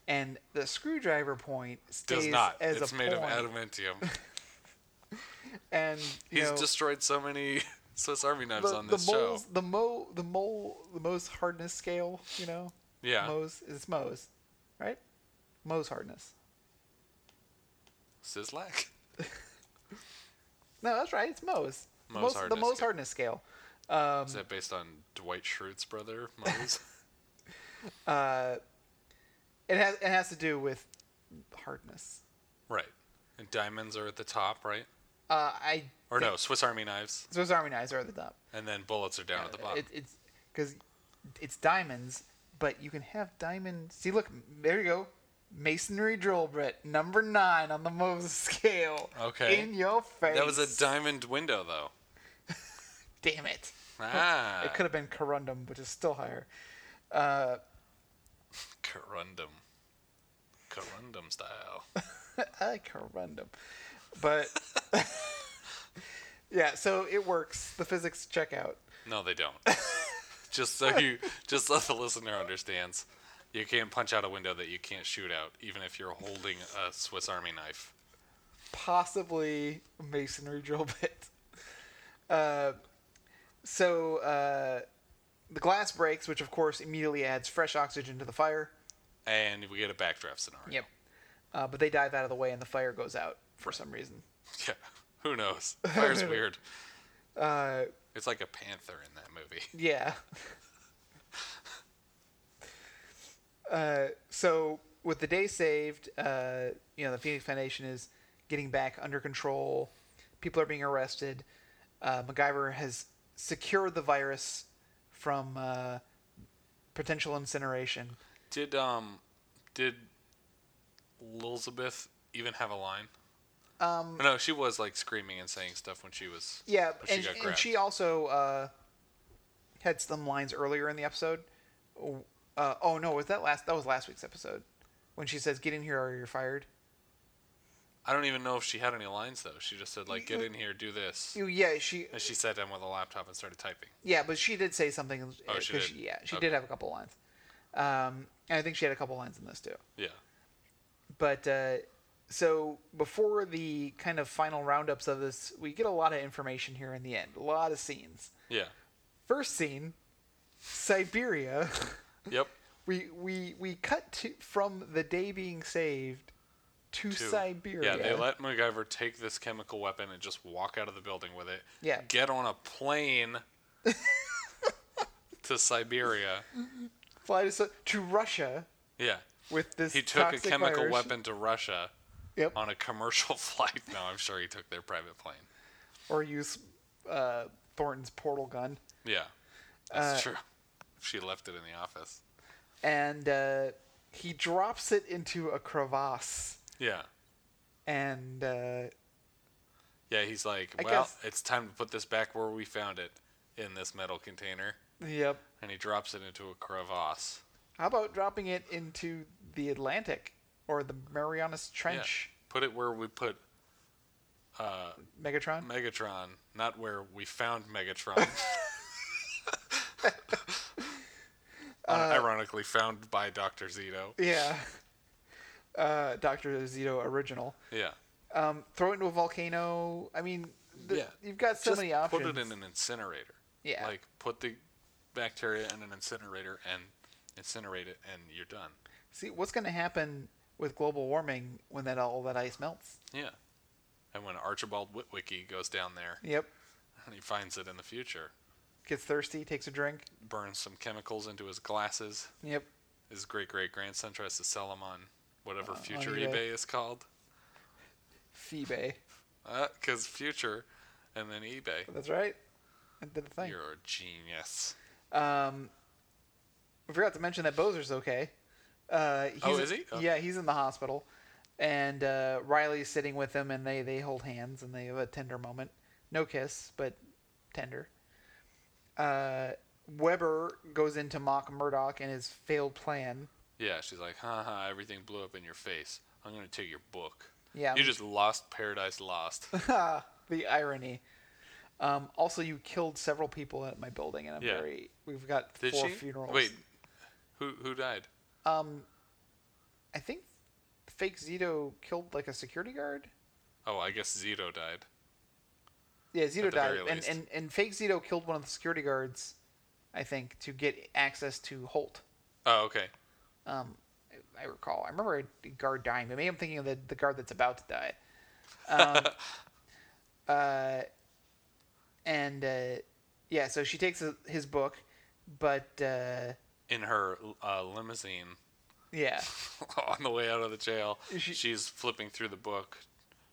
S2: and the screwdriver point stays
S1: Does not.
S2: as
S1: It's
S2: a
S1: made of
S2: point.
S1: adamantium.
S2: and you
S1: He's
S2: know,
S1: destroyed so many Swiss Army knives
S2: the,
S1: on
S2: the
S1: this show.
S2: moles, the mo, the mole, the Mohs hardness scale. You know,
S1: Yeah.
S2: Mohs is Mohs, right? Mohs hardness.
S1: Sizzlack.
S2: No, that's right. It's Mohs.
S1: Mohs
S2: Mohs- the
S1: hardness
S2: Mohs
S1: scale.
S2: hardness scale. Um,
S1: Is that based on Dwight Schrute's brother, Mose?
S2: It has it has to do with hardness.
S1: Right. And diamonds are at the top, right?
S2: Uh, I
S1: Or no, Swiss Army knives,
S2: Swiss Army knives are at the top.
S1: and then bullets are down at the bottom.
S2: It, it's because it's diamonds, but you can have diamond. See, look, there you go. Masonry drill brit number nine on the Moses scale.
S1: Okay.
S2: In your face.
S1: that was a diamond window, though.
S2: Damn it.
S1: Ah,
S2: It could have been corundum, which is still higher.
S1: corundum, corundum style.
S2: I corundum. But yeah, so it works. The physics check out.
S1: No, they don't. just so you, just so the listener understands, you can't punch out a window that you can't shoot out, even if you're holding a Swiss Army knife.
S2: possibly masonry drill bit. Uh, so uh, the glass breaks, which of course immediately adds fresh oxygen to the fire.
S1: And we get a backdraft scenario.
S2: Uh, but they dive out of the way and the fire goes out for some reason.
S1: Yeah. Who knows? Fire's weird.
S2: Uh,
S1: It's like a panther in that movie.
S2: yeah. uh, so with the day saved, uh, you know the Phoenix Foundation is getting back under control. People are being arrested. Uh, MacGyver has secured the virus from uh, potential incineration.
S1: Did um did Lilzabeth even have a line? Um no, she was like screaming and saying stuff when she was
S2: Yeah,
S1: when
S2: and,
S1: she got
S2: and
S1: grabbed.
S2: she also uh, had some lines earlier in the episode. Oh, Uh, oh no, was that last? That was last week's episode when she says, "Get in here or you're fired."
S1: I don't even know if she had any lines though. She just said like get in here, do this.
S2: You- Yeah, she
S1: And she sat down with a laptop and started typing.
S2: Yeah, but she did say something.
S1: Oh, she
S2: 'cause
S1: did?
S2: yeah, she
S1: Okay.
S2: did have a couple lines. Um, and I think she had a couple lines in this too.
S1: Yeah.
S2: But uh, so before the kind of final roundups of this, we get a lot of information here in the end. A lot of scenes.
S1: Yeah.
S2: First scene, Siberia.
S1: Yep.
S2: we we we cut to, from the day being saved to
S1: Two.
S2: Siberia.
S1: Yeah, they let MacGyver take this chemical weapon and just walk out of the building with it.
S2: Yeah.
S1: Get on a plane to Siberia.
S2: fly to, Si- to Russia
S1: Yeah.
S2: with this.
S1: He took a
S2: toxic
S1: chemical
S2: virus.
S1: weapon to Russia.
S2: Yep.
S1: on a commercial flight. No, I'm sure he took their private plane.
S2: Or use uh, Thornton's portal gun.
S1: Yeah, that's
S2: Uh,
S1: true. She left it in the office.
S2: and uh, he drops it into a crevasse.
S1: Yeah,
S2: And uh,
S1: yeah. He's like,
S2: I
S1: well,
S2: guess-
S1: it's time to put this back where we found it in this metal container,
S2: yep,
S1: and he drops it into a crevasse.
S2: how about dropping it into the Atlantic or the Marianas
S1: Yeah.
S2: Trench,
S1: Put it where we put
S2: Megatron?
S1: Megatron, not where we found Megatron.
S2: Uh,
S1: Ironically, found by Doctor Zito.
S2: Yeah. uh, Doctor Zito original.
S1: Yeah.
S2: Um, throw it into a volcano. I mean, the,
S1: Yeah.
S2: you've got so
S1: Just
S2: many options.
S1: Put it in an incinerator.
S2: Yeah.
S1: Like put the bacteria in an incinerator and incinerate it, and you're done.
S2: See what's going to happen with global warming when that all that ice melts.
S1: Yeah. And when Archibald Witwicky goes down there
S2: Yep.
S1: and he finds it in the future,
S2: Gets thirsty, takes a drink.
S1: burns some chemicals into his glasses.
S2: Yep.
S1: His great great grandson tries to sell them on whatever
S2: Uh, on
S1: future
S2: eBay.
S1: eBay is called.
S2: Phoebe.
S1: Because future and then eBay.
S2: That's right. I did the thing.
S1: You're a genius.
S2: Um, I forgot to mention that Bowser's okay. Uh, he's,
S1: Oh, is he? Oh.
S2: Yeah, he's in the hospital, and uh, Riley's sitting with him, and they they hold hands, and they have a tender moment. No kiss, but tender. Uh, Weber goes in to mock Murdoch and his failed plan.
S1: Yeah, she's like, ha ha, everything blew up in your face. I'm going to take your book.
S2: Yeah,
S1: You just lost Paradise Lost.
S2: the irony. Um, also, you killed several people at my building, and I'm
S1: Yeah.
S2: very. We've got
S1: Did
S2: four
S1: she?
S2: funerals.
S1: Wait, who who died?
S2: I think fake Zito killed like a security guard.
S1: Oh, I guess Zito died.
S2: Yeah, Zito
S1: the
S2: died,
S1: very
S2: and,
S1: least.
S2: and and fake Zito killed one of the security guards, I think, to get access to Holt.
S1: Oh, okay.
S2: Um, I- I recall. I remember a guard dying, but maybe I'm thinking of the, the guard that's about to die. Um, uh, and uh, yeah, so she takes his- his book, but uh,
S1: In her uh, limousine
S2: yeah,
S1: on the way out of the jail,
S2: She-
S1: she's flipping through the book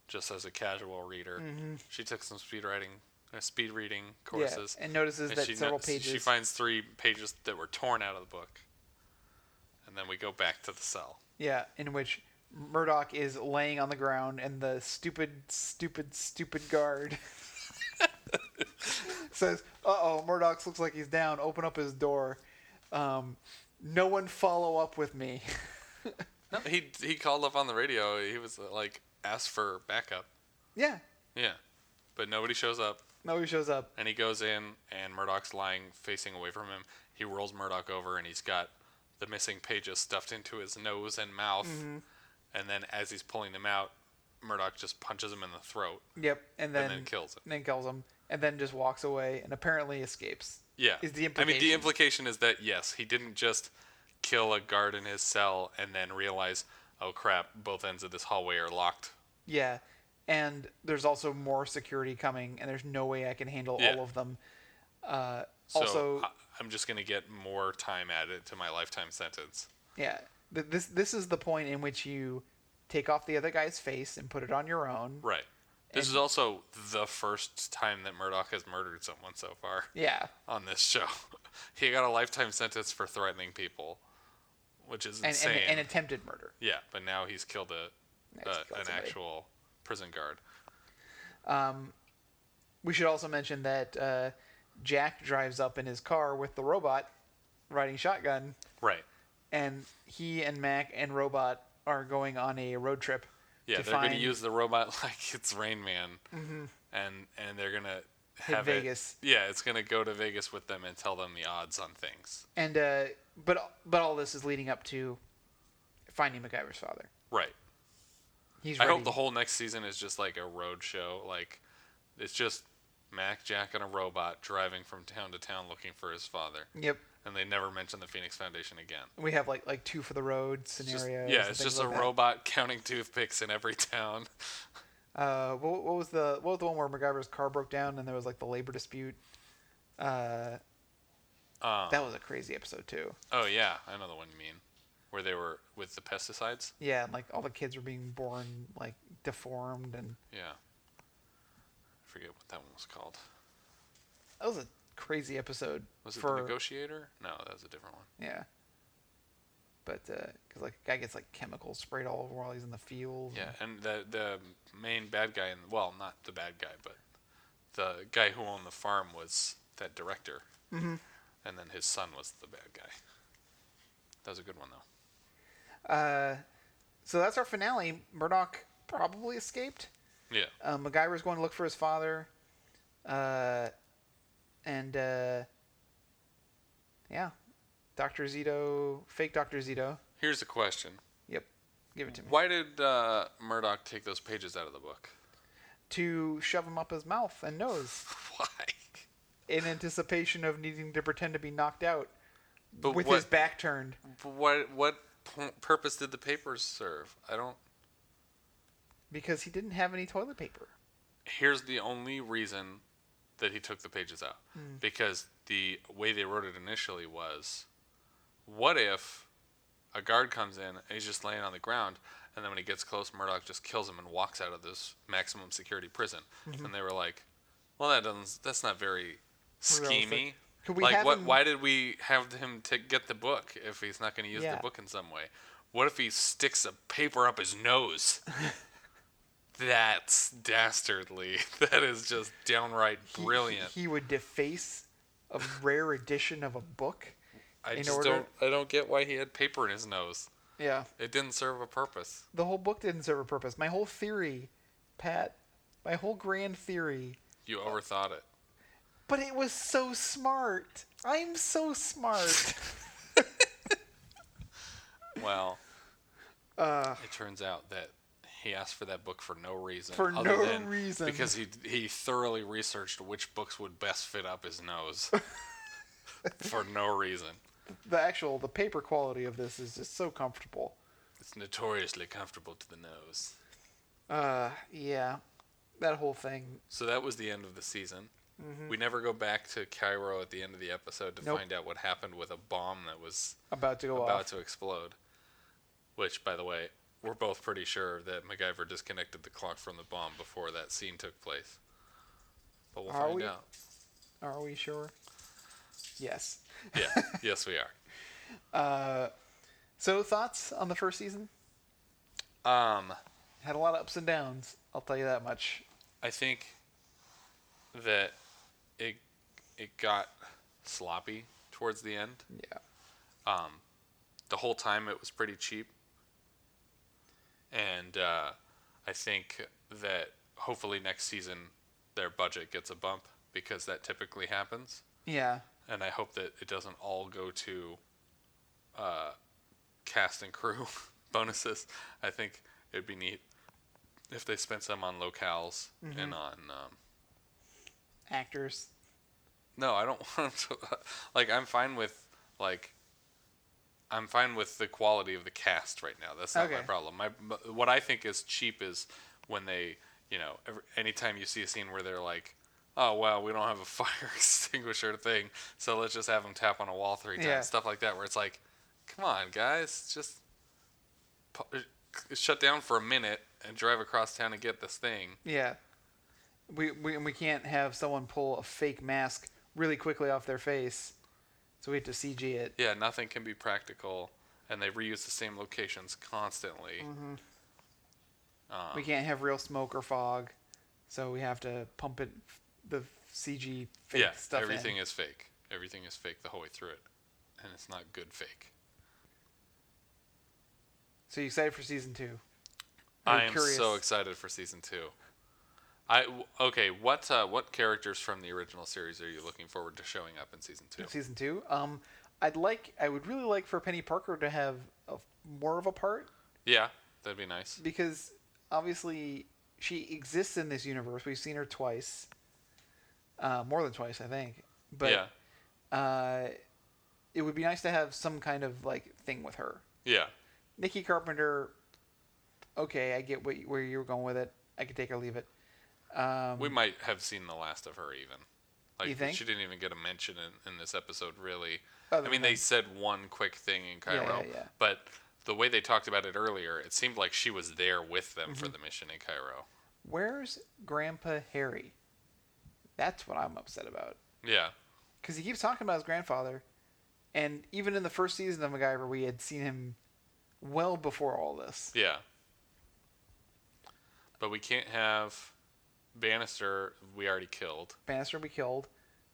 S1: just as a casual reader. She took some speed writing, uh, speed reading courses.
S2: Mm-hmm. yeah, and notices
S1: and
S2: that
S1: she no-
S2: several
S1: she-
S2: pages.
S1: She finds three pages that were torn out of the book. And then we go back to the cell.
S2: Yeah, in which Murdoch is laying on the ground and the stupid, stupid, stupid guard says, Uh oh, Murdoch looks like he's down. Open up his door. Um, no one follow up with me.
S1: No, he he called up on the radio. He was uh, like, asked for backup.
S2: yeah,
S1: Yeah, but nobody shows up.
S2: nobody shows up.
S1: And he goes in, and Murdoch's lying facing away from him. He rolls Murdoch over, and he's got the missing pages stuffed into his nose and mouth.
S2: Mm-hmm.
S1: And then as he's pulling them out, Murdoch just punches him in the throat.
S2: Yep, and then,
S1: then kills him.
S2: And then kills him, and then just walks away and apparently escapes.
S1: Yeah.
S2: Is
S1: I
S2: the
S1: mean, the
S2: implication.
S1: implication is that, yes, he didn't just kill a guard in his cell and then realize, oh crap, both ends of this hallway are locked.
S2: Yeah, and there's also more security coming, and there's no way I can handle
S1: Yeah.
S2: all of them. Uh,
S1: So
S2: also,
S1: I- I'm just going to get more time added to my lifetime sentence.
S2: Yeah. Th- This this is the point in which you take off the other guy's face and put it on your own.
S1: Right. This is also the first time that Murdoch has murdered someone so far
S2: Yeah.
S1: on this show. he got a lifetime sentence for threatening people, which is
S2: And,
S1: insane.
S2: and and attempted murder.
S1: yeah, but now he's killed a,
S2: Now he's
S1: a
S2: killed
S1: an
S2: somebody.
S1: actual prison guard.
S2: We should also mention that uh, Jack drives up in his car with the robot riding shotgun
S1: Right.
S2: and he and Mac and Robot are going on a road trip
S1: Yeah,
S2: to
S1: they're
S2: find
S1: going to use the robot like it's Rain Man, and and they're going to have it-
S2: Mm-hmm. Vegas.
S1: yeah, it's going to go to Vegas with them and tell them the odds on things.
S2: and uh, but but all this is leading up to finding MacGyver's father.
S1: Right.
S2: He's
S1: I
S2: ready.
S1: hope the whole next season is just like a road show. Like, it's just Mac, Jack, and a robot driving from town to town looking for his father,
S2: Yep.
S1: and they never mention the Phoenix Foundation again.
S2: We have like like two for the road
S1: It's just-
S2: scenarios.
S1: yeah,
S2: and
S1: it's
S2: things
S1: just a
S2: like that.
S1: robot counting toothpicks in every town.
S2: Uh, what, what was the what was the one where MacGyver's car broke down and there was like the labor dispute? Uh,
S1: Um,
S2: that was a crazy episode too.
S1: oh yeah, I know the one you mean, where they were with the pesticides.
S2: Yeah, and like all the kids were being born like deformed, and
S1: Yeah, I forget what that one was called.
S2: that was a crazy episode.
S1: Was it
S2: for
S1: the Negotiator? No, that was a different one.
S2: yeah. But because like a guy gets like chemicals sprayed all over while he's in the field.
S1: Yeah, and the the main bad guy in well, not the bad guy, but the guy who owned the farm was that director, mm-hmm. and then his son was the bad guy. That was a good one though.
S2: Uh, so that's our finale. Murdoch probably escaped.
S1: Yeah,
S2: Uh, MacGyver's going to look for his father. Uh, and uh, yeah, Doctor Zito, fake Doctor Zito.
S1: here's a question:
S2: Yep. Give it to me.
S1: Why did uh, Murdoch take those pages out of the book?
S2: To shove him up his mouth and nose
S1: Why?
S2: in anticipation of needing to pretend to be knocked out
S1: But
S2: with
S1: what,
S2: his back turned.
S1: but what what pu- purpose did the papers serve? I don't.
S2: because he didn't have any toilet paper.
S1: Here's the only reason that he took the pages out
S2: Hmm.
S1: because the way they wrote it initially was, what if a guard comes in and he's just laying on the ground, and then when he gets close, Murdoch just kills him and walks out of this maximum security prison,
S2: Mm-hmm.
S1: and they were like, well, that doesn't that's not very
S2: Realistic.
S1: schemy.
S2: Could we
S1: like
S2: have
S1: what?
S2: him-
S1: Why did we have him to get the book if he's not going to use
S2: Yeah.
S1: the book in some way? What if he sticks a paper up his nose? That's dastardly. That is just downright
S2: He- he-
S1: brilliant.
S2: He, would deface a rare edition of a book.
S1: I
S2: in
S1: just
S2: order-
S1: don't. I don't get why he had paper in his nose.
S2: Yeah.
S1: It didn't serve a purpose.
S2: The whole book didn't serve a purpose. My whole theory, Pat, my whole grand theory,
S1: You overthought it.
S2: but it was so smart. I'm so smart.
S1: Well,
S2: Uh,
S1: it turns out that he asked for that book for no reason.
S2: For
S1: other
S2: no
S1: than
S2: reason.
S1: Because he he thoroughly researched which books would best fit up his nose. for no reason.
S2: the actual, the paper quality of this is just so comfortable.
S1: It's notoriously comfortable to the nose.
S2: Uh, yeah. That whole thing.
S1: So that was the end of the season. We never go back to Cairo at the end of the episode to
S2: Mm-hmm. Nope.
S1: find out what happened with a bomb that was
S2: About to go
S1: about
S2: off.
S1: to explode. Which, by the way, we're both pretty sure that MacGyver disconnected the clock from the bomb before that scene took place. But we'll
S2: Are
S1: find
S2: we?
S1: out.
S2: Are we sure? Yes. Uh,
S1: Yeah. yes, we are.
S2: So, thoughts on the first season?
S1: Um,
S2: Had a lot of ups and downs. I'll tell you that much.
S1: I think that it it got sloppy towards the end.
S2: Yeah.
S1: the whole time it was pretty cheap. And uh, I think that hopefully next season their budget gets a bump because that typically happens.
S2: Yeah.
S1: And I hope that it doesn't all go to uh, cast and crew bonuses. I think it'd be neat if they spent some on locales and on. Um,
S2: Actors.
S1: no, I don't want to. Like, I'm fine with like. I'm fine with the quality of the cast right now. That's not my
S2: Okay.
S1: problem. My m- what I think is cheap is when they, you know, every, anytime you see a scene where they're like, "Oh well, we don't have a fire extinguisher thing, so let's just have them tap on a wall three times,"
S2: Yeah.
S1: stuff like that, where it's like, "Come on, guys, just pu- uh, shut down for a minute and drive across town and get this thing."
S2: Yeah. We, we, and we can't have someone pull a fake mask really quickly off their face. So we have to CG it.
S1: Yeah, nothing can be practical, and they reuse the same locations constantly.
S2: we
S1: Oh.
S2: can't have real smoke or fog. So we have to pump it, the CG fake
S1: yeah,
S2: stuff eh?
S1: everything
S2: in.
S1: is fake. Everything is fake the whole way through it, and it's not good fake.
S2: So you excited for season two? I'm
S1: I am
S2: curious.
S1: so excited for season two. I w- okay. What uh, what characters from the original series are you looking forward to showing up in season two?
S2: Season two. Um, I'd like, I would really like for Penny Parker to have a, more of a part
S1: Yeah, that'd be
S2: Mm-hmm.
S1: nice.
S2: because obviously she exists in this universe. We've seen her twice, uh, more than twice, I think. But
S1: yeah,
S2: uh, it would be nice to have some kind of like thing with her.
S1: yeah,
S2: Nikki Carpenter. Okay, I get what, where you were going with it. I could take or leave it. Um,
S1: we might have seen the last of her even. Like
S2: You think?
S1: she didn't even get a mention in, in this episode, really.
S2: Other
S1: I mean,
S2: than-
S1: they said one quick thing in
S2: Yeah,
S1: Cairo,
S2: yeah, yeah.
S1: but the way they talked about it earlier, it seemed like she was there with them
S2: Mm-hmm.
S1: for the mission in Cairo.
S2: where's Grandpa Harry? That's what I'm upset about.
S1: Yeah,
S2: because he keeps talking about his grandfather, and even in the first season of MacGyver, we had seen him well before all this.
S1: Yeah. But we can't have Bannister we already killed.
S2: Bannister we killed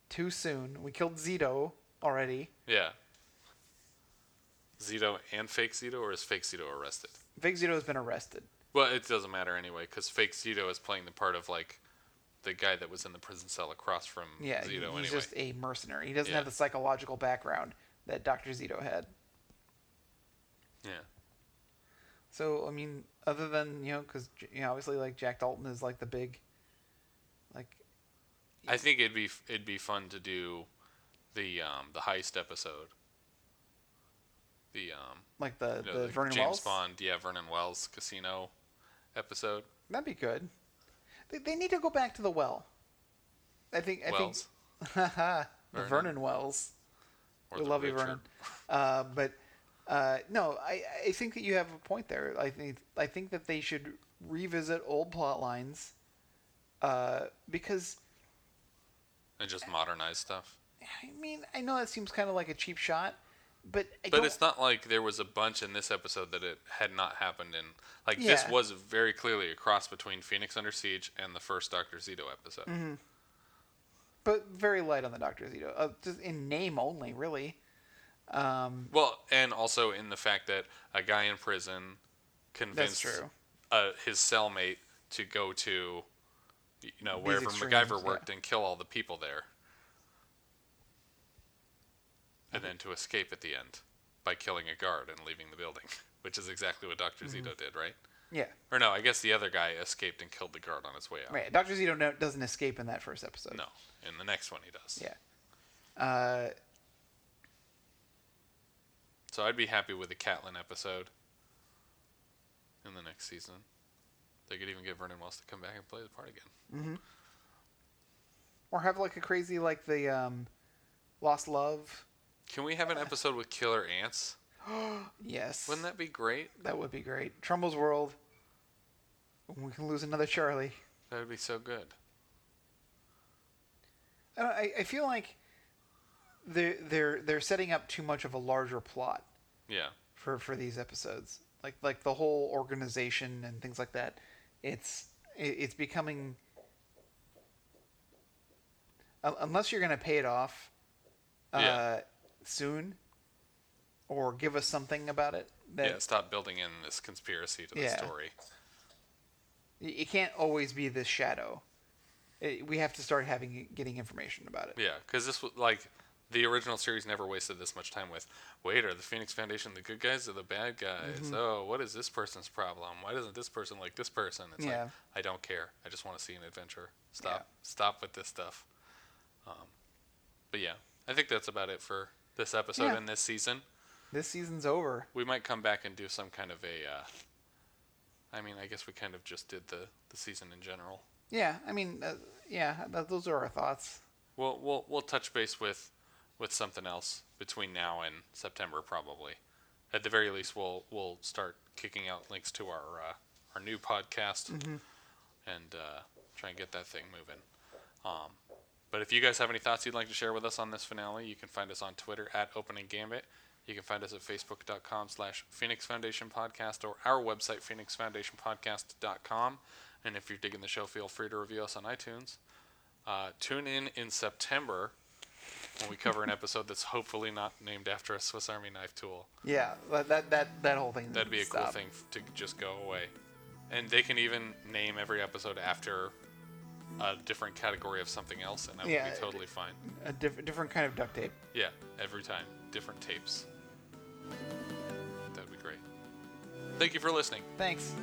S2: too soon. We killed Zito already.
S1: Yeah. Zito and fake Zito, or is fake Zito arrested?
S2: Vic Zito has been arrested.
S1: Well, it doesn't matter anyway, because fake Zito is playing the part of like the guy that was in the prison cell across from
S2: Yeah, he-
S1: Zito.
S2: he's
S1: Anyway,
S2: just a mercenary. He doesn't
S1: Yeah.
S2: have the psychological background that Doctor Zito had.
S1: yeah.
S2: So I mean, other than you know, because you know, obviously like Jack Dalton is like the big, like
S1: I think it'd be f- it'd be fun to do the um, the heist episode. The um,
S2: like the
S1: you know,
S2: the
S1: the
S2: Vernon
S1: James
S2: Wells.
S1: Bond, yeah, Vernon Wells casino episode.
S2: That'd be good. They, they need to go back to the well. I think. I
S1: Wells
S2: think. Haha. the
S1: Vernon.
S2: Vernon Wells.
S1: or
S2: we
S1: the
S2: love you,
S1: Richard.
S2: Vernon. Uh, but uh, no, I, I think that you have a point there. I think I think that they should revisit old plot lines uh, because
S1: and just modernize stuff.
S2: I mean I know that seems kind of like a cheap shot, but I
S1: But
S2: don't,
S1: it's not like there was a bunch in this episode that it had not happened in. Like this
S2: Yeah.
S1: was very clearly a cross between Phoenix Under Siege and the first Doctor Zito episode.
S2: Mm-hmm. but very light on the Doctor Zito, uh, just in name only, really. Um,
S1: Well, and also in the fact that a guy in prison convinced
S2: true.
S1: Uh, his cellmate to go to, you know, wherever
S2: extremes,
S1: MacGyver
S2: yeah.
S1: worked and kill all the people there,
S2: Mm-hmm.
S1: and then to escape at the end by killing a guard and leaving the building, which is exactly what Doctor
S2: Mm-hmm.
S1: Zito did, right?
S2: yeah,
S1: Or no, I guess the other guy escaped and killed the guard on his way out.
S2: right. Doctor Zito no, doesn't escape in that first episode.
S1: No, in the next one he does.
S2: Yeah. Uh,
S1: So I'd be happy with the Catlin episode in the next season. They could even get Vernon Wells to come back and play the part again.
S2: or have like a crazy like the um, Lost Love.
S1: Can we have an episode with killer ants?
S2: Yes.
S1: Wouldn't that be great?
S2: That would be great. Trumbull's World. We can lose another Charlie.
S1: That would be so good.
S2: I, don't- I, I feel like they're they're they're setting up too much of a larger plot
S1: Yeah.
S2: for, for these episodes. Like like the whole organization and things like that. It's it, it's becoming un- unless you're gonna pay it off uh,
S1: Yeah.
S2: soon or give us something about it. That
S1: yeah, stop building in this conspiracy to the
S2: Yeah.
S1: story.
S2: it it can't always be this shadow. It, we have to start having getting information about it.
S1: Yeah, because this was like the original series never wasted this much time with wait, are the Phoenix Foundation the good guys or the bad guys?
S2: Mm-hmm.
S1: Oh, what is this person's problem? Why doesn't this person like this person? It's
S2: Yeah.
S1: like I don't care. I just want to see an adventure. Stop.
S2: Yeah.
S1: Stop with this stuff. Um, but yeah, I think that's about it for this episode
S2: Yeah.
S1: and this season.
S2: This season's over.
S1: We might come back and do some kind of a. Uh, I mean, I guess we kind of just did the the season in general.
S2: Yeah, I mean, uh, yeah, th those are our thoughts.
S1: We'll we'll we'll touch base with with something else between now and September probably. At the very least, we'll we'll start kicking out links to our uh, our new podcast and uh, try and get that thing moving. Um, but if you guys have any thoughts you'd like to share with us on this finale, you can find us on Twitter at Opening Gambit. You can find us at facebook.com slash Phoenix Foundation Podcast or our website, phoenixfoundationpodcast.com. And if you're digging the show, feel free to review us on iTunes. Uh, tune in in September when we cover an episode that's hopefully not named after a Swiss Army knife tool.
S2: Yeah, that that that, that whole thing.
S1: That'd be a
S2: needs to
S1: cool
S2: stop.
S1: thing f- to just go away. And they can even name every episode after a different category of something else, and that would
S2: Yeah.
S1: be totally fine.
S2: A diff- different kind of duct tape.
S1: Yeah, every time. Different tapes. That'd be great. Thank you for listening.
S2: Thanks.